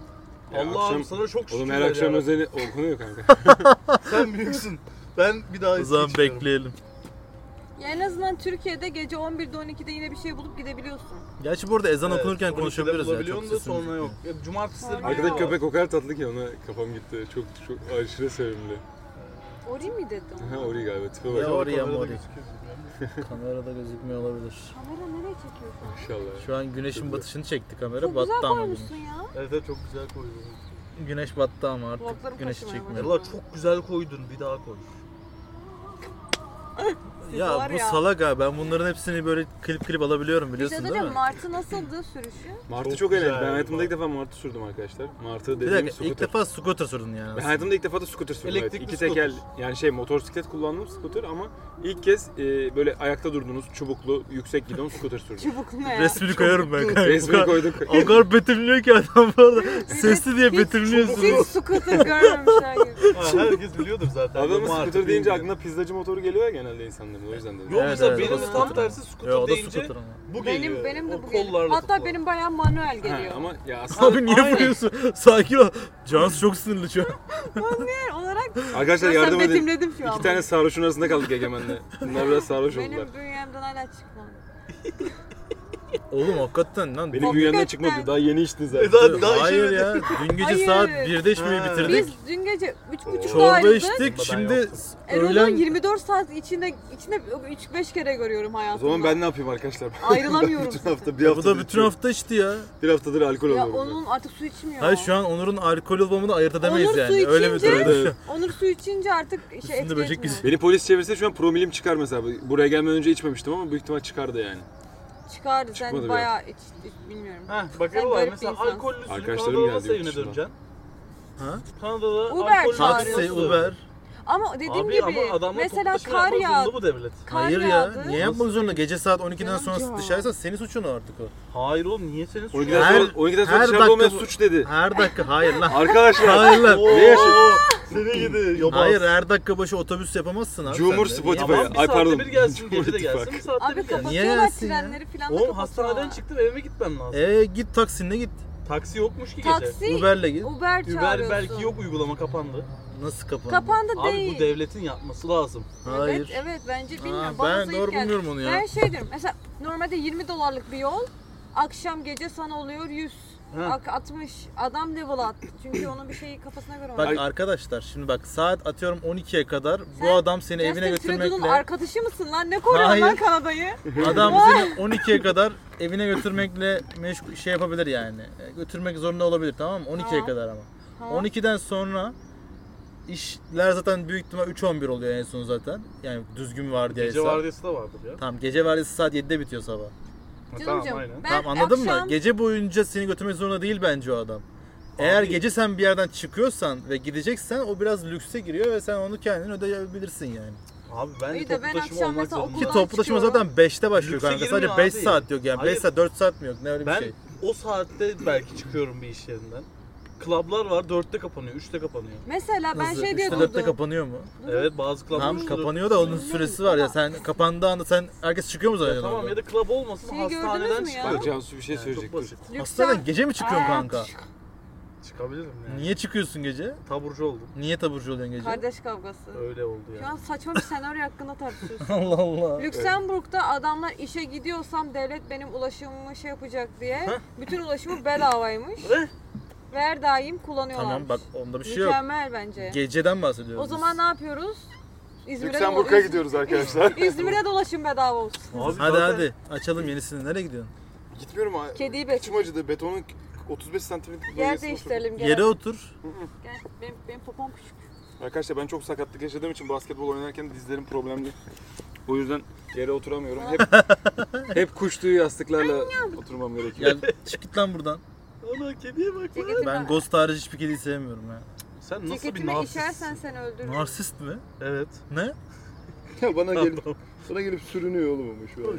C: Ya
D: Allah'ım
C: akşam-
D: sana çok şükür.
C: Oğlum her akşam özeli okunuyor kanka.
D: Sen büyüksün. Ben bir daha
A: O zaman
D: eskiye çıkıyorum.
A: bekleyelim.
B: Ya en azından Türkiye'de gece 11'de 12'de yine bir şey bulup gidebiliyorsun.
A: Gerçi burada ezan
D: Evet,
A: okunurken
D: 12'de
A: konuşabiliriz ya.
D: bulabiliyorsun
A: Çok
D: da
A: sesimiz
D: sonra yok. Ya, cumartesileri
B: Sonra
C: Arkadaki
B: yok.
C: köpek o kadar tatlı ki ona kafam gitti. Çok çok aşırı sevimli.
B: Ori mi dedim?
C: Ha orayı galiba tipe
A: Ya
C: bak.
A: oraya
D: Kamerada
A: mori.
D: gözüküyor.
A: Kamerada gözükmüyor olabilir.
B: Kamera nereye çekiyorsun?
C: İnşallah.
A: Şu an güneşin batışını çekti kamera.
B: Çok
A: battı
B: güzel
A: ama güneş.
B: koymuşsun ya.
D: Evet evet, çok güzel koydun.
A: Güneş battı ama artık
B: Kulaklarım
A: güneşi
B: kaşımaya
A: çekmiyor.
D: Valla çok güzel koydun bir daha koy.
A: Ya
B: var
A: bu
B: ya.
A: salak abi ben bunların hepsini böyle klip klip alabiliyorum
B: Bir şey
A: biliyorsun değil
B: söyleyeceğim,
A: mi?
B: Martı nasıldı sürüşü?
C: Martı
D: Çok
C: çok,
D: güzel
C: eğlenceli. Ben
D: bir
C: hayatımda
D: bak.
C: ilk defa Martı sürdüm arkadaşlar. Martı
A: Bir
C: dediğim
A: dakika
C: scooter.
A: ilk defa scooter sürdün yani.
C: Ben hayatımda ilk defa da scooter sürdüm. evet.
D: Elektrikli
C: İki
D: scooter.
C: tekel yani şey motosiklet kullandım scooter ama ilk kez e, böyle ayakta durduğunuz çubuklu yüksek gidon scooter sürdüm.
B: Çubuk ne ya?
A: Resmini koyarım ben. kanka. Bu
C: Resmi
A: kadar-
C: koyduk.
A: O kadar betimliyor ki adam falan.
B: de
A: Sesli diye
B: hiç-
A: betimliyorsun.
B: Hiç scooter görmemişler gibi.
D: Ha, herkes biliyordur zaten.
C: Adamın
D: Martı
C: scooter
D: deyince.
C: deyince aklına pizzacı motoru geliyor ya genelde insanların o yüzden dedim.
D: Yok
A: Evet,
D: mesela
A: evet,
D: benim
B: o
D: de
B: da
D: tam
B: scooter.
D: tersi
A: Ya
D: scooter
A: o da
D: deyince
A: scooter ama.
D: bu
B: Benim,
D: geliyor.
B: benim de
D: O
B: bu geliyor.
D: kollarla
B: Hatta
D: tutulan.
B: benim bayağı manuel
C: Ha,
B: geliyor.
C: ama ya aslında
A: Abi niye
D: Aynen.
A: vuruyorsun? Sakin ol. Cansu çok sinirli şu an.
B: Manuel olarak
C: arkadaşlar
B: ben
C: yardım edin.
B: betimledim şu an.
C: İki tane sarhoşun arasında kaldık Egemen'le. Bunlar biraz sarhoş oldular.
B: Benim bünyemden hala çıkmadı.
A: Oğlum hakikaten lan.
C: Benim
A: Benim
C: dünyadan çıkmadı. Daha yeni içtin zaten.
D: E, daha- daha
A: Hayır
D: işe-
A: ya. Dün gece
B: Hayır.
A: saat 1'de içmeyi
D: Ha.
A: bitirdik.
B: Biz dün gece 3.30'da
A: Çorba
B: ayrıldık.
A: içtik.
D: Ben
A: Şimdi
D: yoktum.
B: Erol'u
A: öğlen
B: 24 saat içinde içinde 3-5 kere görüyorum
C: O
B: hayatımda.
C: zaman ben ne yapayım arkadaşlar?
B: Ayrılamıyorum
C: Ben bütün
B: zaten.
C: hafta bir
A: Ya bu
C: hafta
A: da bütün hafta içti ya.
C: bir haftadır alkol
B: Ya
C: alıyorum. ben.
B: onun artık su içmiyor.
A: Hayır şu an Onur'un alkol olmamını ayırt edemeyiz
B: Onur su
A: yani. Öyle bir
B: içince-
A: durumda.
C: Evet.
B: Onur su içince artık şey
A: Üstünde
B: etki
A: böcek
B: etmiyor.
A: izi.
C: Beni polis çevirse şu an promilim çıkar mesela. Buraya gelmeden önce içmemiştim ama büyük ihtimal çıkardı yani.
B: Çıkardı
C: Çıkmadı
B: sen
C: bir
B: bayağı iç, iç- bilmiyorum.
D: Heh,
B: Sen
D: bakalım
B: garip bir
D: mesela
B: insansın.
D: alkollüsün
C: Arkadaşlarım
D: Kanada'da
C: geldi
D: nasıl evine
C: yurt dışından.
D: döneceksin?
A: Ha?
D: Kanada'da
B: Uber
D: alkollü
B: çağırıyorsun.
A: Taksi,
D: nasıl?
A: Uber.
B: Ama dediğim
D: Abi
B: gibi
D: ama adamla
B: mesela
D: toplaşma
B: kar
D: yapmak
B: yağdı.
D: zorunda bu devlet.
B: Kar
A: Hayır ya.
B: yağdı.
A: Niye yapmak zorunda? Gece saat 12'den
B: Canım
A: sonra
B: canım.
A: dışarıysan senin suçun o artık o.
D: Hayır oğlum niye senin suçun?
C: 12'den
A: Her-
C: sonra, 12'den sonra
A: her
C: dışarıda olmayan
A: dakika bu-
C: suç dedi.
A: Her dakika hayır lan.
C: Arkadaşlar
A: Hayır lan.
D: Oo,
C: Ne yaşıyor?
D: Seni yedi yobaz.
A: Hayır her dakika başı otobüs yapamazsın abi.
C: Cumhur
A: sen de.
C: Spotify.
D: Tamam bir
C: Ay,
D: saatte
C: pardon.
D: bir gelsin gece de gelsin
C: İttifak.
D: bir saatte
B: Abi
D: bir gelsin.
A: Niye
B: kapatıyorlar
A: yersin ya?
B: trenleri falan da
D: Oğlum
B: kapatıyorlar.
D: hastaneden çıktım evime gitmem lazım.
A: E git taksinle git.
D: Taksi yokmuş ki gece.
B: Taksi, Uber,
A: Uber'le git.
D: Uber
B: çağırıyorsun.
D: belki yok uygulama kapandı.
A: Nasıl kapandı?
B: Kapandı
D: Abi
B: değil.
D: bu devletin yapması lazım.
A: Hayır.
B: Evet, evet bence bilmiyorum.
A: Aa,
B: Bana
A: ben
B: zayıf
A: doğru
B: geldi.
A: bilmiyorum onu ya.
B: Ben şey diyorum mesela normalde 20 dolarlık bir yol akşam gece sana oluyor 100.
C: Ha.
B: Ak- atmış. Adam level attı. Çünkü onun bir şeyi kafasına göre
A: Bak
B: oynadı.
C: Ay-
A: arkadaşlar şimdi bak saat atıyorum 12'ye kadar bu
B: Sen
A: adam seni evine
B: Justin Trudeau'nun
A: götürmekle
B: arkadaşı mısın lan? Ne koruyorsun
A: Hayır.
B: lan Kanada'yı?
A: adam seni 12'ye kadar evine götürmekle meşgul şey yapabilir yani. E, Götürmek zorunda olabilir tamam mı? 12'ye
B: Tamam.
A: kadar ama.
B: Tamam.
A: 12'den sonra işler zaten büyük ihtimal 3-11 oluyor en son zaten. Yani düzgün var diye
D: Gece
A: hesap.
D: vardiyası da vardır ya.
A: Tamam gece vardiyası saat 7'de bitiyor sabah.
B: Canım
C: Tamam,
B: canım.
C: aynen.
B: Ben
A: tamam anladın
B: akşam-
A: mı? Gece boyunca seni götürmek zorunda değil bence o adam. Eğer gece sen bir yerden çıkıyorsan ve gideceksen o biraz lükse giriyor ve sen onu kendin ödeyebilirsin yani.
D: Abi
B: İyi
D: bence
B: de ben
D: toplu taşıma
B: akşam
D: olmak
B: mesela
D: zorunda.
A: Ki
B: Ulan
A: toplu taşıma
B: çıkıyorum.
A: zaten 5'te başlıyor
D: Lükse
A: kanka. Sadece
D: girmiyor
A: 5
D: abi.
A: saat yok yani. 5
D: Hayır.
A: saat 4 saat mi yok? Ne öyle bir
D: Ben
A: şey.
D: o saatte belki çıkıyorum bir iş yerinden. Klablar var 4'te kapanıyor, 3'te kapanıyor.
B: Mesela ben
A: Nasıl?
B: şey diye
A: Üçte,
B: durdum.
A: dörtte kapanıyor mu?
D: Evet bazı klablar
A: Tamam
D: üçte,
A: kapanıyor da onun
B: Bilmiyorum.
A: süresi var ya. Sen kapandığı anda sen herkes çıkıyor mu
D: dörtte. Ya
A: zannediyorsun? orada?
D: tamam ya da klab olmasın
B: Şeyi
D: hastaneden
B: gördünüz mü ya?
C: Bak
D: çıkıyor.
C: Cansu bir şey
D: Yani
C: söyleyecek.
D: çok
C: dur.
D: basit.
A: Hastaneden gece mi çıkıyorsun
B: Aa,
A: kanka?
D: Çıkabilirim yani.
A: Niye çıkıyorsun gece?
D: Taburcu oldum.
A: Niye taburcu oluyorsun gece?
B: Kardeş kavgası.
D: Öyle oldu
B: Şu
D: yani.
B: an saçma bir senaryo hakkında tartışıyoruz.
A: Allah Allah.
B: Lüksemburg'da adamlar işe gidiyorsam devlet benim ulaşımımı şey yapacak diye bütün ulaşımı bedavaymış.
D: Eh.
B: Ver daim kullanıyorlar.
A: Tamam bak onda bir şey yok.
B: Mükemmel bence.
A: Geceden bahsediyoruz.
B: o zaman ne yapıyoruz? İzmir'e,
C: Lüksemburg'a
B: İz-
C: gidiyoruz arkadaşlar.
B: İzmir'e dolaşım bedava olsun.
D: Abi
A: Hadi
D: zaten-
A: hadi açalım yenisini. Nereye gidiyorsun?
C: Gitmiyorum abi.
B: Kediyi
C: İçim
B: besleyeceğim.
C: acıdı. Betonun 35 santimetre
B: Yer
C: bölgesine oturdum.
B: değiştirelim. Gel.
A: Yere otur.
B: Gel. Benim, benim popom küçük.
C: Arkadaşlar ben çok sakatlık yaşadığım için basketbol oynarken dizlerim problemli. O yüzden yere oturamıyorum. Hep hep kuş tüyü yastıklarla oturmam gerekiyor.
A: Gel çık git lan buradan.
D: Ana kediye bak lan.
B: Ceketimi,
A: Ben Ghost hariç hiçbir kediyi sevmiyorum ya.
D: Sen nasıl bir
B: ceketimi işersen
D: narsistsin?
B: seni öldürürüm.
A: Narsist mi?
D: Evet.
A: Ne?
E: Ya bana gelip sana gelip sürünüyor oğlum ama şu
A: Ee,
E: an.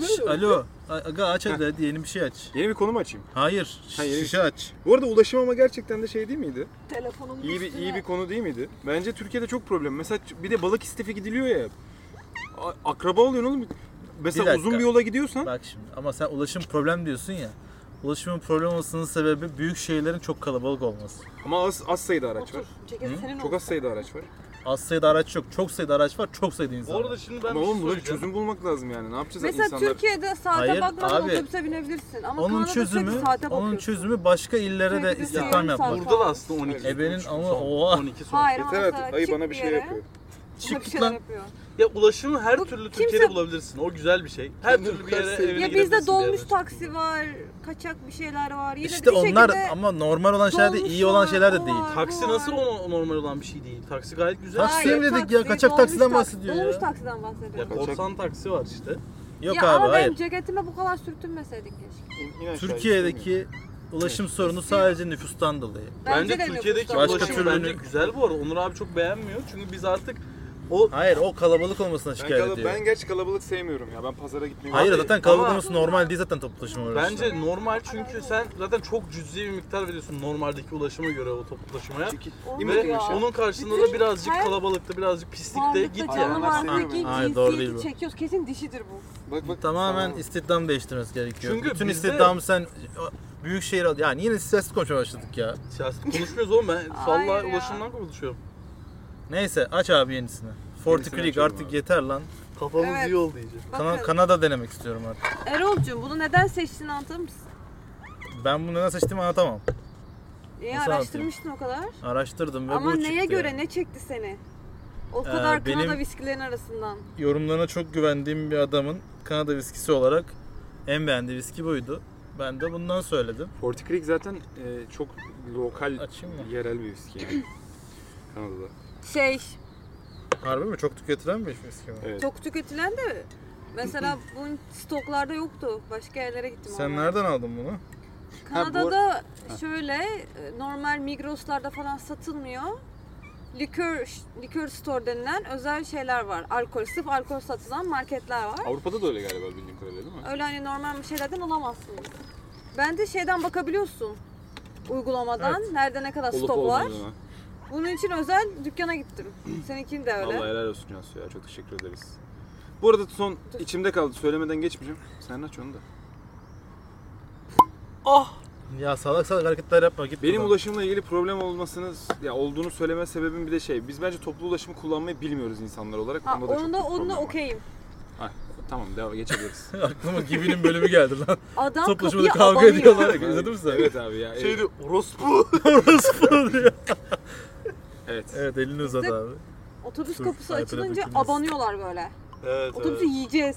E: ya.
A: Şş, alo. A- Aga aç hadi, hadi yeni bir şey aç.
C: Yeni bir konu mu açayım?
A: Hayır.
C: Ha, yeni bir
A: Şişe aç.
C: Bu arada ulaşım ama gerçekten de şey değil miydi?
B: Telefonumun
C: İyi bir
B: üstüne.
C: iyi bir konu değil miydi? Bence Türkiye'de çok problem. Mesela bir de balık istefe gidiliyor ya. A- Akraba oluyorsun oğlum.
A: Bir
C: Mesela
A: dakika.
C: uzun bir yola gidiyorsan
A: Bak şimdi ama sen ulaşım problem diyorsun ya. Ulaşımın problem olmasının sebebi büyük şehirlerin çok kalabalık olması.
C: ama az, az sayıda araç var.
B: Otur. Ceket senin
C: Çok
B: olsun.
C: az sayıda araç var.
A: Az sayıda araç yok. Çok sayıda araç var. Çok sayıda insan.
D: Bu
A: var.
D: arada şimdi ben
C: ama
D: bir şey
C: oğlum buna bir
D: söyleyeceğim.
C: çözüm bulmak lazım yani. Ne yapacağız
B: Mesela
C: insanlar?
B: Türkiye'de saate
A: Hayır,
B: bakmadan
A: abi.
B: otobüse binebilirsin. Ama
A: onun
B: Kanada'da sürekli
A: çözümü
B: saate
A: onun
B: bakıyorsun.
A: çözümü başka illere de
B: Sürekli
A: istihdam
B: siyahın
A: yapmak.
B: saat-
D: Burada da aslında 12.
A: Ebenin
D: son,
A: ama oha.
D: 12 son.
B: Hayır ama
E: Yeter artık.
B: mesela
E: Ayı
B: çık
E: bana bir şey
B: yere,
E: yapıyor.
B: Bana
A: Çık
B: bir
A: git
B: şeyler
A: lan.
B: yapıyor.
D: Ya ulaşımı her
B: Bu
D: türlü
B: kimse-
D: Türkiye'de bulabilirsin. O güzel bir şey. Her türlü bir yere
E: Kendini
D: evine
B: Ya
D: gidebilirsin
B: bizde dolmuş
D: yani.
B: taksi var, kaçak bir şeyler var. Yine
A: İşte
B: bir
A: onlar
B: şekilde
A: ama normal olan şeyler de iyi olan
B: dolmuş
A: şeyler
B: var,
A: de değil.
B: o var,
D: Taksi
B: bu
D: nasıl
B: var.
D: o- normal olan bir şey değil. Taksi gayet güzel.
A: Taksi
B: Hayır,
A: mi dedik ya? Kaçak
B: dolmuş
A: taksiden
B: tak-
A: bahsediyor ya.
B: Dolmuş taksiden bahsediyor.
D: Ya korsan taksi var işte.
A: Yok
B: ya
A: abi
B: ama
A: hayır.
B: benim ceketime bu kadar sürtünmeseydik keşke.
C: İn- in aşağı, istemiyorum.
A: Türkiye'deki ulaşım sorunu sadece nüfustan dolayı.
D: Bence,
B: de
D: Türkiye'deki
B: nüfustan
A: Başka
D: ulaşım
A: türlü-
D: bence güzel bu arada. Onur abi çok beğenmiyor. Çünkü biz artık o
A: Hayır o kalabalık olmasına
C: ben,
A: şikayet
C: kala-
A: ediyor.
C: ben gerçi kalabalık sevmiyorum ya. Ben pazara gitmeyi
A: Hayır
D: Abi,
A: zaten kalabalık
D: ama-
A: olması normal değil zaten toplu taşıma uğraşısına.
D: bence normal çünkü sen zaten çok cüzi bir miktar veriyorsun normaldeki ulaşıma göre o toplu taşımaya.
C: Çünkü
B: Olmuyor
D: Ve
C: İmece
B: ya.
C: bir şey.
D: onun karşısında
B: Bütün
D: da birazcık
B: her-
D: kalabalıkta, birazcık pislikte
B: Varlıkta
D: git
B: canlı
D: yani.
C: var.
B: varlıktaki
A: Hayır, doğru değil
B: cinsiyeti
A: bu.
B: çekiyoruz. Kesin dişidir bu.
C: Bak bak.
A: Tamamen
C: Tamam.
A: istihdam değiştirmesi gerekiyor.
D: Çünkü
A: Bütün
D: bizde-
A: istihdam sen büyük şehir al. Yani yine siyasi konuşmaya başladık ya.
D: Siyaset konuşmuyoruz oğlum ben
B: Hayır
D: valla
B: ya.
D: ulaşımdan konuşuyorum.
A: Neyse aç abi yenisini. Forty
C: Yenisini
A: Creek
C: açıyorum
A: artık
C: abi.
A: yeter lan.
D: Kafamız
B: Evet.
D: iyi oldu iyice.
A: Kana-
B: Bakın.
A: Kanada denemek istiyorum artık.
B: Erol'cum bunu neden seçtin anlatır mısın?
A: Ben bunu neden seçtiğimi anlatamam.
B: İyi
A: Nasıl
B: araştırmıştın o kadar.
A: Araştırdım ve
B: Ama
A: bu
B: neye
A: çıktı
B: göre
A: yani.
B: ne çekti seni? O
A: Ee,
B: kadar
A: benim-
B: Kanada viskilerin arasından.
A: Yorumlarına çok güvendiğim bir adamın Kanada viskisi olarak en beğendiği viski buydu. Ben de bundan söyledim.
C: Forty Creek zaten e, çok lokal,
A: Açayım mı?
C: yerel bir viski yani. Kanada'da.
B: Şey
A: Harbi mi? Çok tüketilen bir viski mi?
C: Evet.
B: çok tüketilen de mesela bunun stoklarda yoktu. Başka yerlere gittim.
A: Sen
B: ama.
A: nereden aldın bunu?
B: Kanada'da şöyle e, normal Migros'larda falan satılmıyor. Likör, likör store denilen özel şeyler var. Alkol, sırf alkol satılan marketler var.
C: Avrupa'da da öyle galiba bildiğim kadarıyla değil mi?
B: Öyle hani normal bir şeylerden alamazsın. Ben de şeyden bakabiliyorsun uygulamadan nerede ne kadar stok var.
C: olmadığına.
B: Bunun için özel dükkana gittim. Seninkini de öyle.
C: Allah helal olsun Cansu ya. Çok teşekkür ederiz. Bu arada son içimde kaldı. Söylemeden geçmeyeceğim. Sen aç onu da.
A: Ya salak salak hareketler yapma git
C: Benim
A: buradan.
C: ulaşımla ilgili problem olmasını ya olduğunu söyleme sebebim bir de şey. Biz bence toplu ulaşımı kullanmayı bilmiyoruz insanlar olarak.
B: Ha,
C: Onda da çok
B: onu da
C: büyük
B: onu
C: problem
B: da
C: var.
B: okeyim.
C: Ha. Tamam devam geçebiliriz.
A: Aklıma Gibi'nin bölümü geldi lan.
B: Adam
A: Toplaşmada
B: kapıyı
A: kavga
B: abanıyor.
A: ediyorlar. İzledin mi sen?
C: Evet abi ya. evet.
A: Şeydi orospu. orospu diyor.
C: Evet.
A: Evet elini uzat abi.
B: Otobüs
A: Dur,
B: kapısı
A: ay,
B: açılınca
A: trafik polis.
B: abanıyorlar böyle.
D: Evet,
B: Otobüsü yiyeceğiz.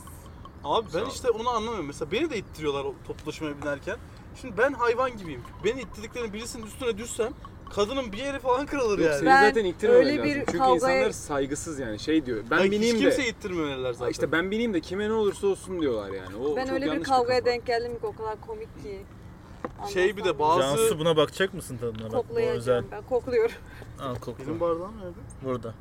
D: Abi
C: Sağ
D: ben
C: ol.
D: işte onu anlamıyorum. Mesela beni de ittiriyorlar o toplu taşımaya binerken. Şimdi ben hayvan gibiyim. Beni ittirdiklerinin birisinin üstüne düşsem kadının bir yeri falan kırılır
C: Yok
D: yani.
C: seni
B: Ben
C: zaten iktirmemen
B: öyle
C: lazım.
B: bir
C: Çünkü
B: kavgaya-
C: insanlar saygısız yani şey diyor. Ben
D: Ay,
C: bineyim
D: hiç
C: de.
D: kimse ittirmemeliler zaten.
C: İşte ben bineyim de kime ne olursa olsun diyorlar yani. O
B: Ben
C: çok
B: öyle bir
C: yanlış
B: kavgaya
C: kafa.
B: denk geldim ki o kadar komik ki.
D: Şey bir de
B: Anlatsam
D: bazı-
A: Cansu buna bakacak mısın tadına? Bak, bu özel.
B: koklayacağım ben kokluyorum.
A: Al kokla.
D: Benim bardağım nerede?
A: Burada.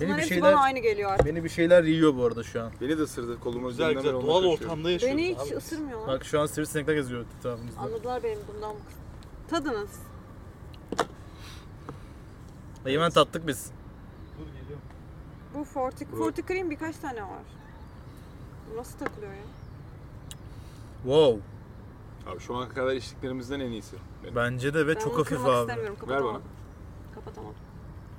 A: Beni
B: Bunların
A: bir
B: hepsi
A: şeyler
B: bana aynı geliyor artık.
A: beni bir şeyler yiyor bu arada şu an.
C: Beni de ısırdı koluma.
D: Güzel güzel
C: ucundan ben
D: doğal
C: ona kaçıyorum.
D: ortamda yaşıyoruz
B: Beni hiç
D: abi.
B: ısırmıyorlar.
A: şey Bak şu an sivrisinekler geziyor etrafımızda.
B: Anladılar benim bundan. Tadınız.
A: Hemen tattık biz.
D: Dur geliyorum.
B: Bu Forti, Forti Cream birkaç tane var. Bu Nasıl takılıyor ya?
A: Wow.
C: Abi şu ana kadar içtiklerimizden en iyisi. Benim.
A: Bence de ve
B: Ben
A: çok
B: bunu
A: hafif
B: kırmak
A: abi.
B: istemiyorum.
C: Ver
B: Kapatamam.
C: bana.
B: Kapatamam.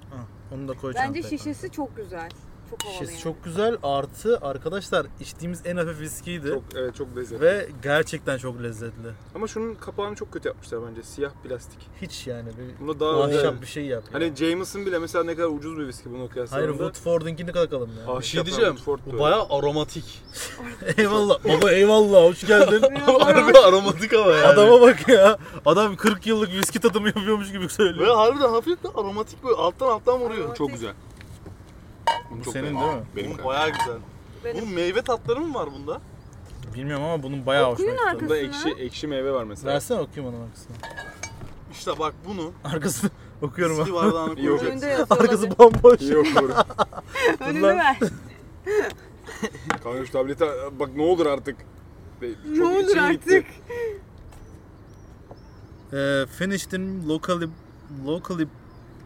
A: Ha, onu da koy
B: Bence
A: çantaya.
B: şişesi çok güzel. Çok havalı
A: Şişesi
B: yani.
A: çok güzel. Artı arkadaşlar içtiğimiz en hafif viskiydi.
C: Çok, evet çok lezzetli.
A: Ve gerçekten çok lezzetli.
C: Ama şunun kapağını çok kötü yapmışlar bence. Siyah plastik.
A: Hiç yani bir
C: Bunda daha
A: ahşap bir şey yap. ya.
C: Hani Jameson bile mesela ne kadar ucuz bir viski bunun
A: Hayır
C: kıyaslarında.
A: Woodford'unki ne kadar kalın ya.
C: Ahşap
D: şey diyeceğim,
C: Ford
D: Bu baya aromatik.
A: eyvallah. Baba eyvallah hoş geldin.
B: Biraz
D: Harbi aromatik ama yani.
A: Adama bak ya. Adam 40 yıllık viski tadımı yapıyormuş gibi
D: Böyle
A: söylüyor.
D: harbiden hafif de aromatik böyle alttan alttan vuruyor.
B: Çok
C: Çok
B: güzel.
C: güzel.
A: Bu senin değil mi?
C: Benim
D: Bu baya güzel.
B: Benim-
D: Bu meyve tatları mı var bunda?
A: Bilmiyorum ama bunun bayağı hoşuma
B: Okuyun
A: gitti.
B: arkasını.
C: Bunda ekşi, ekşi meyve var mesela.
A: Versene okuyayım onun arkasını.
D: İşte bak bunu
A: Arkasını okuyorum.
D: eski
A: abi.
D: bardağına
C: Yok.
D: koyacaksın.
B: Önünde yazıyor
A: Arkası
B: olabilir.
A: bomboş.
C: İyi okuyorum.
B: Önünü
A: Bunlar-
B: ver.
C: Kanka şu tablete bak ne olur artık. Ve çok
B: Ne olur
C: içim gitti.
B: artık.
A: Ee, finished in locally locally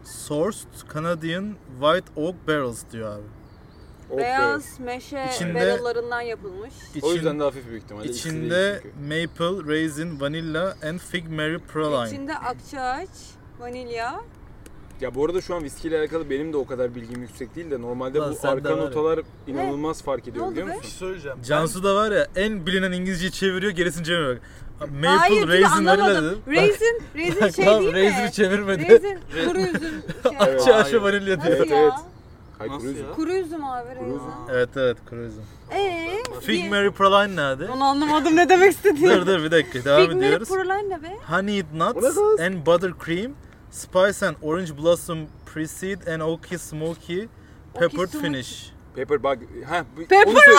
A: sourced Canadian white oak barrels diyor abi.
C: Oh be.
B: Beyaz meşe
A: İçinde-
B: barrellarından yapılmış.
A: İçin-
C: O yüzden de hafif büyük ihtimalle. ikisi değil
A: içinde
C: çünkü.
A: maple, raisin, vanilla and fig mary praline.
B: İçinde akçaağaç, vanilya.
C: Ya bu arada şu an viskiyle alakalı benim de o kadar bilgim yüksek değil de normalde
A: Lan
C: bu
A: sen de
C: arka
A: var ya.
C: notalar inanılmaz fark ediyor
B: oldu
C: biliyor
B: be?
D: Bir şey
C: musun?
D: söyleyeceğim.
A: Cansu da var ya en bilinen İngilizceyi çeviriyor gerisini çevirmiyor. Bak, Maple,
B: Hayır, bir de
A: raisin, vanilla
B: anlamadım.
A: dedi. Bak,
B: Raisin, raisin
A: bak
B: şey
A: lan,
B: değil mi?
A: raisin'i çevirmedi.
B: Raisin, kuru üzüm şey.
C: Evet.
A: Aşağı
D: Hayır.
A: aşağı vanilya
B: Nasıl
A: diyor.
C: Evet,
B: ya?
C: evet. Hayır,
D: Nasıl
C: kuruyoruz.
D: ya?
B: Kuru üzüm abi raisin.
C: Kuru üzüm.
A: Evet evet kruizim.
B: Eee?
A: Fig Mary Praline nerede?
B: Onu anlamadım ne demek istediğini.
A: dur dur bir dakika
B: Fig
A: devam
B: Mary
A: ediyoruz.
B: Praline ne be?
A: Honey nuts
C: kız?
A: and buttercream, spice and orange blossom precede and oaky smoky peppered
B: smoky.
A: finish.
C: Pepper bak. Ha, bu-
B: Pepper
C: onu söyle.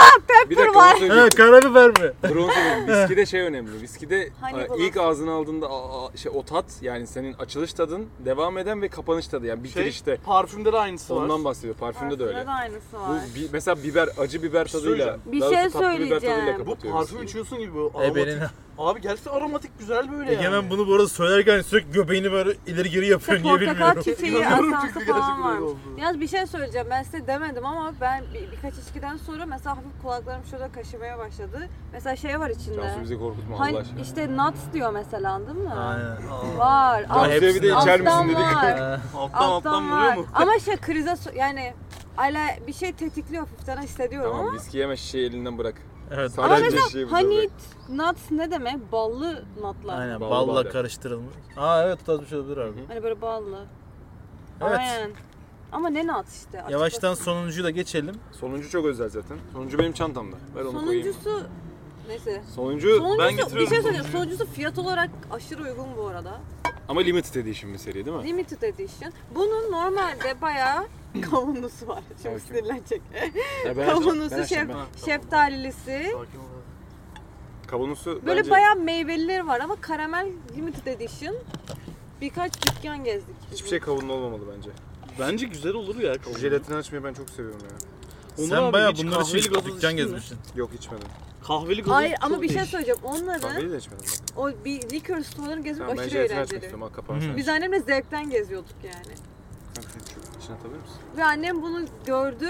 C: Bir dakika
B: var.
C: onu söyleyeyim.
A: Ha karabiber mi?
C: Dur onu söyleyeyim. Viskide şey önemli. Viskide
B: Hani
C: e,
B: bulan.
C: ilk ağzına aldığında a- a- şey, o tat yani senin açılış tadın devam eden ve kapanış tadı yani
D: Şey,
C: bitirişte.
D: parfümde de aynısı var.
C: Ondan bahsediyor. Parfümde de öyle.
B: Aslında da aynısı
C: Bu
B: var.
C: bi- mesela biber, acı biber tadıyla.
D: söyleyeceğim.
B: Bir
C: daha doğrusu
B: şey
C: tatlı biber tadıyla
B: söyleyeceğim.
D: Bu
C: kapatıyor
D: parfüm
C: viskiyi.
D: içiyorsun gibi bu aromatik.
A: Ebenin.
D: Abi gerçekten aromatik güzel böyle yani.
A: Egemen bunu bu arada söylerken sürekli göbeğini böyle ileri geri yapıyor
B: İşte
A: niye
B: portakal
A: bilmiyorum.
B: çiçeği
D: İnanıyorum
B: asansı
D: çünkü gerçekten
B: falan
D: öyle
B: varmış.
D: oldu.
B: Yalnız bir şey söyleyeceğim. Ben size demedim ama ben bir, birkaç içkiden sonra mesela hafif kulaklarım şurada kaşımaya başladı. Mesela şey var içinde.
C: Cansu bizi korkutma Allah
B: Hani
C: aşkına.
B: işte nuts diyor mesela anladın mı?
A: Aynen.
B: Var.
A: Ya
B: Alt,
A: hepsi-
C: Hepsini de içer misin
B: alttan
C: dedik.
B: var.
A: Ee,
D: Alttan alttan
B: alttan
D: vuruyor
B: var.
D: mu?
B: Ama şey krize so- yani ala bir şey tetikliyor hafiften hissediyorum
C: Tamam
B: ama.
C: viski yeme şişeyi elinden bırak.
A: evet.
C: Sadece
B: Ama
C: şey
B: mesela
C: bize
B: honey nuts ne demek? Ballı nutlar.
A: Aynen
C: Bal
A: balla
C: badem.
A: karıştırılmış. Aa evet o tarz bir şey olabilir abi.
B: Hani böyle ballı.
A: Evet.
B: Aynen. Ama ne nut işte. açık
A: Yavaştan
B: basit.
A: sonuncuyu da geçelim.
C: Sonuncu çok özel zaten. Sonuncu benim çantamda. Ver onu koyayım.
B: Sonuncusu neyse.
C: Sonuncu,
D: ben
B: Sonuncusu bir
D: getiriyorum
B: şey söyleyeceğim.
D: sonuncuyu.
B: Sonuncusu fiyat olarak aşırı uygun bu arada.
C: ama limited edition bir seri değil mi?
B: Limited edition. Bunun normalde bayağı kavunlusu var. Çok
C: Bakayım.
B: sinirlenecek.
C: Ya ben- ben
B: Kavunlusu,
C: açayım,
B: şef,
C: ben-
B: şeftalilisi.
D: Sakin ol.
C: Kavanozu
B: Böyle
C: bence
B: bayağı meyvelileri var ama karamel limited edition. Birkaç dükkan gezdik. biz.
C: hiçbir şey kavunlu olmamalı bence.
D: Bence güzel olur ya. kavun.
C: Jelatini açmayı ben çok seviyorum ya.
D: Onur
A: Sen
D: abi
A: bayağı
D: hiç
A: bunlar
D: kahveli
A: için
D: gazoz içtin
A: dükkan
D: mi?
A: gezmişsin.
C: Yok içmedim.
D: Kahveli gazoz.
B: Hayır ama
D: çok
B: bir şey
D: iyi.
B: söyleyeceğim. Onların
C: Kahveyi de içmedim. bak.
B: o bir likör storelarını gezmek
C: Tamam, ben
B: aşırı
C: jelatini açmak
B: eğlenceli.
C: istiyorum. Al kapağını sen.
B: Biz annemle zevkten geziyorduk yani.
C: Kanka sen şu içine atabilir misin?
B: Ve annem bunu gördü,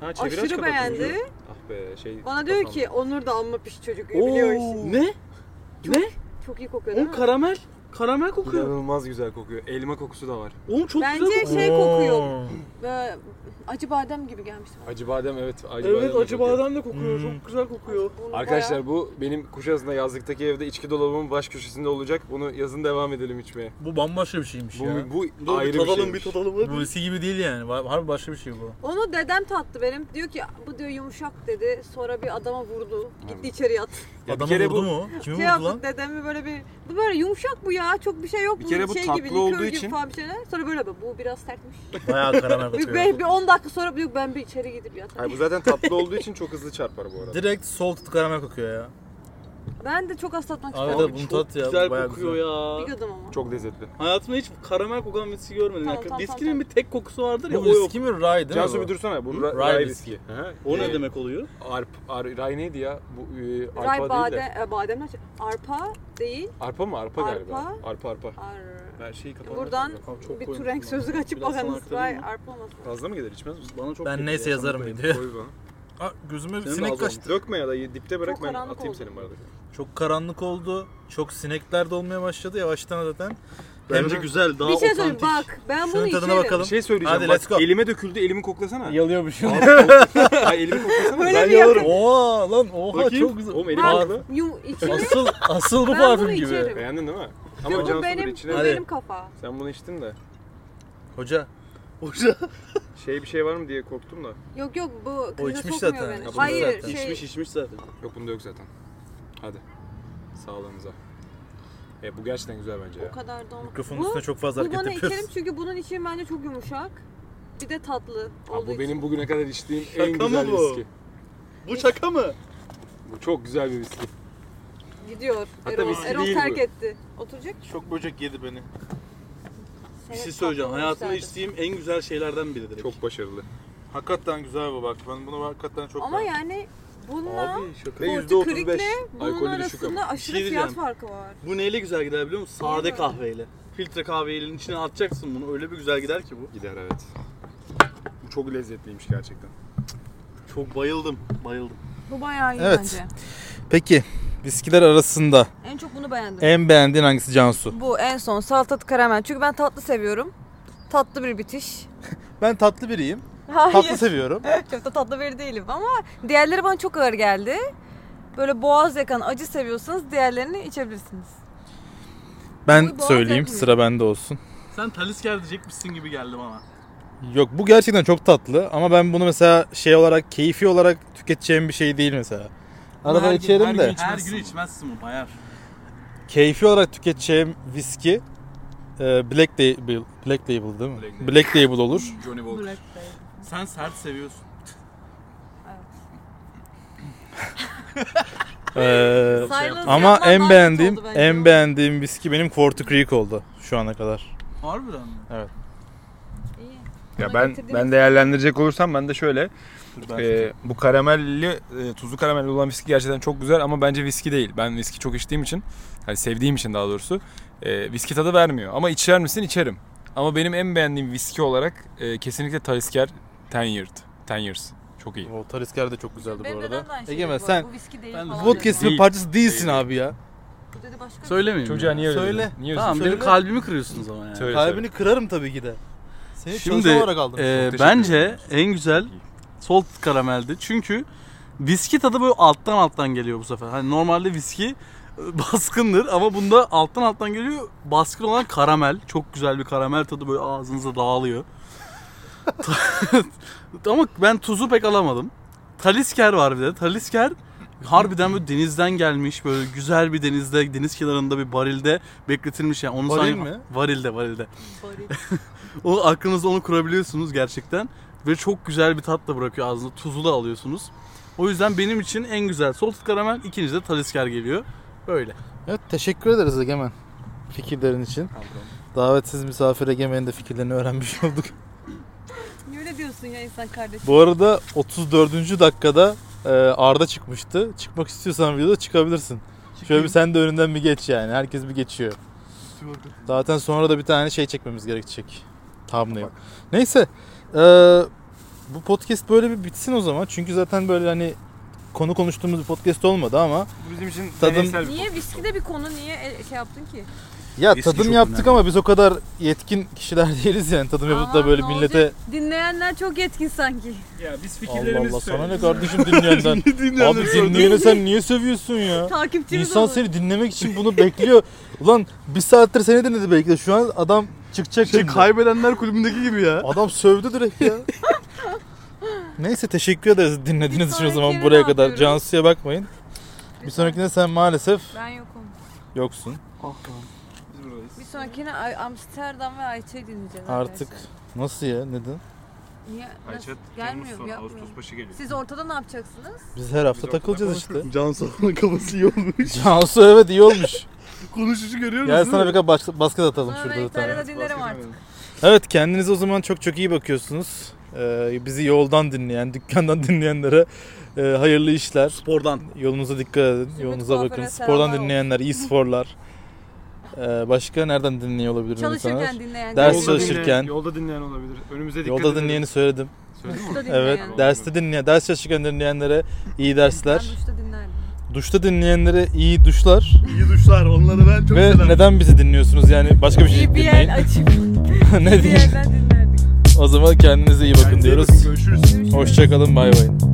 C: Ha, çevir aç
B: aşırı
C: kapatın.
B: beğendi.
C: Ah be şey.
B: Bana diyor
C: kafam.
B: ki Onur da amma piş çocuk
D: Oo,
B: biliyor işi.
D: Ne?
B: Çok iyi kokuyor değil
D: O
B: mi?
D: karamel.
F: Karamel kokuyor.
C: İnanılmaz güzel kokuyor. Elma kokusu da var.
F: Oğlum çok güzel
B: Bence
F: kokuyor.
B: şey kokuyor. Ee, acı badem gibi gelmişti bana.
C: Acı badem evet. Acı badem
F: Evet
C: de
A: şey.
F: acı
C: kokuyor.
F: badem de kokuyor.
A: Hmm.
F: Çok güzel kokuyor.
B: Bunu
C: Arkadaşlar bu benim Kuşadası'nda yazlıktaki evde içki dolabımın baş köşesinde olacak. Bunu yazın devam edelim içmeye.
A: Bu bambaşka bir şeymiş
C: Bu,
A: ya.
C: bu
F: Dur
C: ayrı
F: bir
C: bir
F: tadalım
C: şeymiş.
F: bir tadalım hadi.
A: Bu viski gibi değil yani. Var- Harbi başka bir şey bu.
B: Onu dedem tattı benim. Diyor ki bu diyor yumuşak dedi. Sonra bir adama vurdu. Gitti içeri yattı.
C: Ya bir
A: Adamı
C: kere
A: vurdu
C: bu,
A: mu? Kimi
B: Şey
A: vurdu
B: yaptı
A: lan?
B: dedemi böyle bir bu böyle yumuşak bu ya çok bir şey yok.
C: Bir kere bu
B: şey
C: tatlı
B: gibi, likör
C: olduğu
B: gibi
C: için-
B: falan bir şeyler. Sonra böyle bir, bu biraz sertmiş.
A: Bayağı karamel
B: bir,
A: kokuyor.
B: bir, bir 10 dakika sonra diyor ben bir içeri gidip yatayım.
C: Hayır, bu zaten tatlı olduğu için çok hızlı çarpar bu arada.
A: Direkt salted karamel kokuyor ya.
B: Ben de çok hastalatmak
A: Abi
B: istedim.
A: de bunu tat ya.
D: Güzel
A: bayağı
D: kokuyor ya.
B: Bir gıdım ama.
C: Çok lezzetli.
D: Hayatımda hiç karamel kokan viski görmedim.
B: Tamam,
D: Yani
B: tamam,
D: viskinin
B: tamam.
D: bir tek kokusu vardır ya
A: Bu
D: o yok.
A: viski mi rye değil
C: Cansu
A: mi
C: bir
A: bu?
C: dursana. Bu
A: Hı?
C: ra-
A: Rye
C: ray
A: viski.
C: viski. Hı.
D: O ne
C: Ee,
D: demek oluyor?
C: Arp, ar, ray neydi ya? Bu e, arpa
B: Ray
C: değil de.
B: badem, e, badem ne? Arpa değil.
C: Arpa mı? Arpa, galiba.
B: Arpa.
C: Arpa arpa.
B: Ar...
C: Ben şeyi kapatalım.
B: Buradan
D: Abi çok
B: bir
D: koyun.
B: Turenk sözlük açıp
D: Biraz sana
B: bakınız. Ray
D: aktarayım mı?
B: arpa olmasın.
C: Fazla mı gelir içmez misin?
D: Bana çok
A: Ben
D: kötü
A: neyse
D: ya.
A: yazarım
C: Koy
A: video.
C: bana.
A: Aa, gözüme bir
D: Senin de
A: sinek
D: az oldu.
A: kaçtı.
C: Dökme ya da dipte bırak ben
B: karanlık
C: atayım
B: oldu.
C: senin bardağı.
A: Çok karanlık oldu. Çok sinekler de olmaya başladı yavaştan zaten. Hem
D: Bence
A: de
D: güzel daha
B: Bir şey söyleyeyim
D: otantik.
B: bak ben bunu
A: Şunun tadına
B: içerim.
A: bakalım.
C: Bir şey söyleyeceğim.
A: Hadi,
C: Bak,
A: let's go.
C: Elime döküldü. Elimi koklasana.
D: Yalıyor bir şey.
C: Ay elimi koklasana.
B: Böyle
D: Ben
B: bir yakın.
D: yalarım.
A: Oha lan oha
D: Bakayım.
A: çok güzel.
C: Oğlum elim
A: Aa,
C: kokla.
B: Yum, içimi
A: asıl asıl bu
B: Ben bunu
A: parfüm gibi.
B: içerim.
C: Beğendin değil mi?
B: Yok,
C: Ama
B: bu
C: Cansu dur
B: benim, bu
C: içine.
A: Hadi.
B: benim kafa.
C: Sen bunu içtin de.
A: Hoca
D: Hoca.
C: Şey bir şey var mı diye korktum da.
B: Yok yok bu kıza
A: içmiş
B: sokmuyor
A: zaten.
B: beni.
A: Yapmış
B: Hayır
A: zaten.
B: şey
D: İçmiş içmiş zaten.
C: Yok bunda yok zaten. Hadi. Sağlığınıza. E, bu gerçekten güzel bence ya.
B: o kadar da olmaz.
A: mikrofonun
B: Bu,
A: üstüne çok fazla
B: bu
A: hareket
B: bana içerim
A: yapıyorsun.
B: çünkü bunun için bence çok yumuşak. Bir de tatlı
C: Abi,
B: olduğu
C: bu
B: için.
C: benim bugüne kadar içtiğim
D: Şaka
C: en
D: mı
C: güzel
D: bu?
C: viski.
D: Bu şaka mı?
C: Bu çok güzel bir viski.
B: Gidiyor.
C: Hatta
B: Erol,
C: viski
B: Erol
C: değil
B: terk
C: bu.
B: etti. Oturacak mı?
D: Çok böcek yedi beni. Bir
B: Evet,
D: şey söyleyeceğim.
B: tatlı
D: Hayatımda
B: olmuşlardı.
D: içtiğim en güzel şeylerden biridir. Çok.
C: Çok başarılı.
D: Hakikaten güzel bu bak. Ben bunu hakikaten çok
B: Ama yani bununla
D: Abi şaka.
C: Ve
B: Bu
C: %35
B: krikle bunun
C: alkolü düşük
B: arasında
C: ama.
D: Bir
B: aşırı
D: şey
B: fiyat
D: diyeceğim.
B: farkı var.
D: Bu neyle güzel gider biliyor musun? Sade
B: Neyle?
D: kahveyle. Filtre kahveyle içine atacaksın bunu. Öyle bir güzel gider ki bu.
C: Gider evet. Bu çok lezzetliymiş gerçekten.
D: Çok bayıldım. Bayıldım.
B: Bu bayağı iyi
A: Evet.
B: bence.
A: Peki viskiler arasında
B: En çok bunu beğendim.
A: en beğendiğin hangisi Cansu?
B: Bu en son salatalı karamel. Çünkü ben tatlı seviyorum. Tatlı bir bitiş.
A: Ben tatlı biriyim.
B: Hayır.
A: Tatlı seviyorum.
B: Çok da tatlı biri değilim ama diğerleri bana çok ağır geldi. Böyle boğaz yakan acı seviyorsanız diğerlerini içebilirsiniz.
A: Ben
B: Bu boğaz
A: söyleyeyim
B: yakmıyor.
A: sıra bende olsun.
D: Sen talisker diyecekmişsin gibi geldim ama.
A: Yok bu gerçekten çok tatlı ama ben bunu mesela şey olarak keyfi olarak tüketeceğim bir şey değil mesela. Arada
D: Her gün-
A: içerim
D: her
A: de.
D: Gün her gün içmezsin bu bayar.
A: keyfi olarak tüketeceğim viski e, Black Label, Black Label değil mi?
D: Black
A: Black
D: Label.
A: Label, olur.
C: Johnny Walker.
D: Sen sert seviyorsun.
A: E,
B: Silence
A: ama
B: yapman
A: en
B: daha
A: beğendiğim
B: kötü oldu bence ama.
A: en beğendiğim viski benim Forty Creek oldu şu ana kadar.
D: Harbiden mi?
B: İyi.
C: Ya
B: Bana
C: ben
B: getirdiğiniz-
C: ben değerlendirecek olursam ben de şöyle
D: Dur ben.
C: e, bu karamelli e, tuzlu karamelli olan viski gerçekten çok güzel ama bence viski değil. Ben viski çok içtiğim için hani sevdiğim için daha doğrusu e, viski tadı vermiyor. Ama içer misin? İçerim. Ama benim en beğendiğim viski olarak e, kesinlikle Talisker Ten Years. Ten Years. Çok iyi.
A: O Talisker de çok güzeldi
B: Benim
A: bu
B: dedem de
A: arada.
B: aynı şey
A: Egemen
B: dedi bu
A: sen
B: arada. Bu viski değil
D: Ben
B: falan
A: vodka
B: dedi.
A: ismi
C: Değil.
A: parçası değilsin abi ya.
B: Bu dedi başka bir şey.
D: Söylemeyeyim.
C: Çocuğa
D: ya.
C: niye öyle
A: Söyle.
C: dedin? Niye öyle
D: Tamam
C: dedin?
D: benim
A: Söyle.
D: kalbimi kırıyorsunuz ama yani.
C: Söyle, söyle.
A: Kalbini kırarım tabii ki de. Seni
D: Şimdi
A: çalışma olarak aldım.
D: e,
C: teşekkür
D: bence
C: ederim.
D: en güzel salt karameldi. Çünkü viski tadı böyle alttan alttan geliyor bu sefer. Hani normalde viski e, baskındır ama bunda alttan alttan geliyor. Baskın olan karamel. Çok güzel bir karamel tadı böyle ağzınıza dağılıyor. ama ben tuzu pek alamadım. Talisker var bir de. Talisker harbiden böyle denizden gelmiş böyle güzel bir denizde deniz kenarında bir barilde bekletilmiş yani onu
A: Varil
D: sadece-
A: mi?
D: Varilde varilde.
B: şey
D: O aklınızda onu kurabiliyorsunuz gerçekten. Ve çok güzel bir tat da bırakıyor ağzınıza. Tuzu da alıyorsunuz. O yüzden benim için en güzel salted karamel, ikinci de talisker geliyor. Böyle.
A: Evet teşekkür ederiz Egemen. Fikirlerin için. Davetsiz misafir Egemen'in de fikirlerini öğrenmiş olduk.
B: Niye öyle diyorsun ya insan kardeşim?
A: Bu arada 34. dakikada e, Arda çıkmıştı. Çıkmak istiyorsan videoda çıkabilirsin. Şöyle bir sen de önünden bir geç yani. Herkes bir geçiyor. Zaten sonra da bir tane şey çekmemiz gerekecek. Thumbnail. Neyse. e, bu podcast böyle bir bitsin o zaman. Çünkü zaten böyle hani konu konuştuğumuz bir podcast olmadı ama
C: Bu bizim için
A: Tadım-
C: deneysel bir
B: Niye viski de bir konu niye el- e, şey yaptın ki?
A: Ya
D: Viski
A: tadım
D: çok
A: yaptık
D: önemli.
A: ama biz o kadar yetkin kişiler değiliz yani tadım yapıp da
B: Aman
A: böyle
B: ne
A: millete
B: olacak? Dinleyenler çok yetkin sanki.
F: Ya biz
A: Allah
F: fikirlerimizi
A: Allah sana ne
F: söyledik.
A: kardeşim dinleyenden. Abi dinleyene sen niye sövüyorsun ya?
B: Takipçimiz
A: İnsan
B: olur.
A: seni dinlemek için bunu bekliyor. Ulan bir saattir seni dinledi belki de şu an adam çıkacak
D: Şey,
A: şimdi.
D: kaybedenler kulübündeki gibi ya.
A: Adam sövdü direkt ya. Neyse teşekkür ederiz dinlediğiniz için o
B: Bir
A: zaman
B: sonrakine
A: buraya
B: ne
A: kadar.
B: yapıyoruz?
A: Cansu'ya bakmayın. Bir sonrakinde sen maalesef
B: Ben yokum.
A: yoksun.
B: Bir sonrakine Ay- Amsterdam ve Ayça'yı dinleyeceğiz
A: Artık
B: arkadaşlar.
A: nasıl ya neden?
B: Niye? Nasıl? Gelmiyor mu? Yapmıyor. mu?
C: başı geliyor.
B: Siz ortada ne yapacaksınız?
A: Biz her hafta
C: ortada
A: takılacağız işte.
E: Can Sağlam'ın kafası iyi olmuş.
A: Cansu evet iyi olmuş.
E: Konuşuşu görüyor musun?
A: Gel sana birkaç bas- basket atalım
B: Sonra ben
A: şurada bir tane.
B: İtalya'da dinlerim artık.
A: Evet kendinize o zaman çok çok iyi bakıyorsunuz. Ee, bizi yoldan dinleyen, dükkandan dinleyenlere e, hayırlı işler.
D: Spordan.
A: Yolunuza dikkat edin.
B: Zümrüt
A: Yolunuza
B: kuaföre
A: bakın.
B: selamlar
A: Spordan
B: olsun.
A: dinleyenler, iyi sporlar. Ee, başka nereden dinliyor olabilir insanlar?
B: Çalışırken dinleyen.
A: Ders
B: dinleyen,
A: çalışırken.
C: Yolda dinleyen olabilir. Önümüze dikkat
A: Yolda
C: edelim.
A: dinleyeni söyledim.
C: Söyledim mi?
B: duşta dinleyen.
A: Evet.
B: Ben
A: Derste dinleyen, ders çalışırken dinleyenlere iyi dersler.
B: duşta dinlerdim.
A: Duşta dinleyenlere iyi duşlar.
E: İyi duşlar onları ben çok
A: Ve
E: selam.
A: neden bizi dinliyorsunuz? Yani başka bir şey
B: İyi bir
A: dinleyin.
B: yer açık.
A: ne
B: Bir
A: diyeyim?
B: yerden dinlerdik.
A: O zaman kendinize iyi bakın diyoruz.
E: Görüşürüz.
A: Hoşçakalın. Bay bay.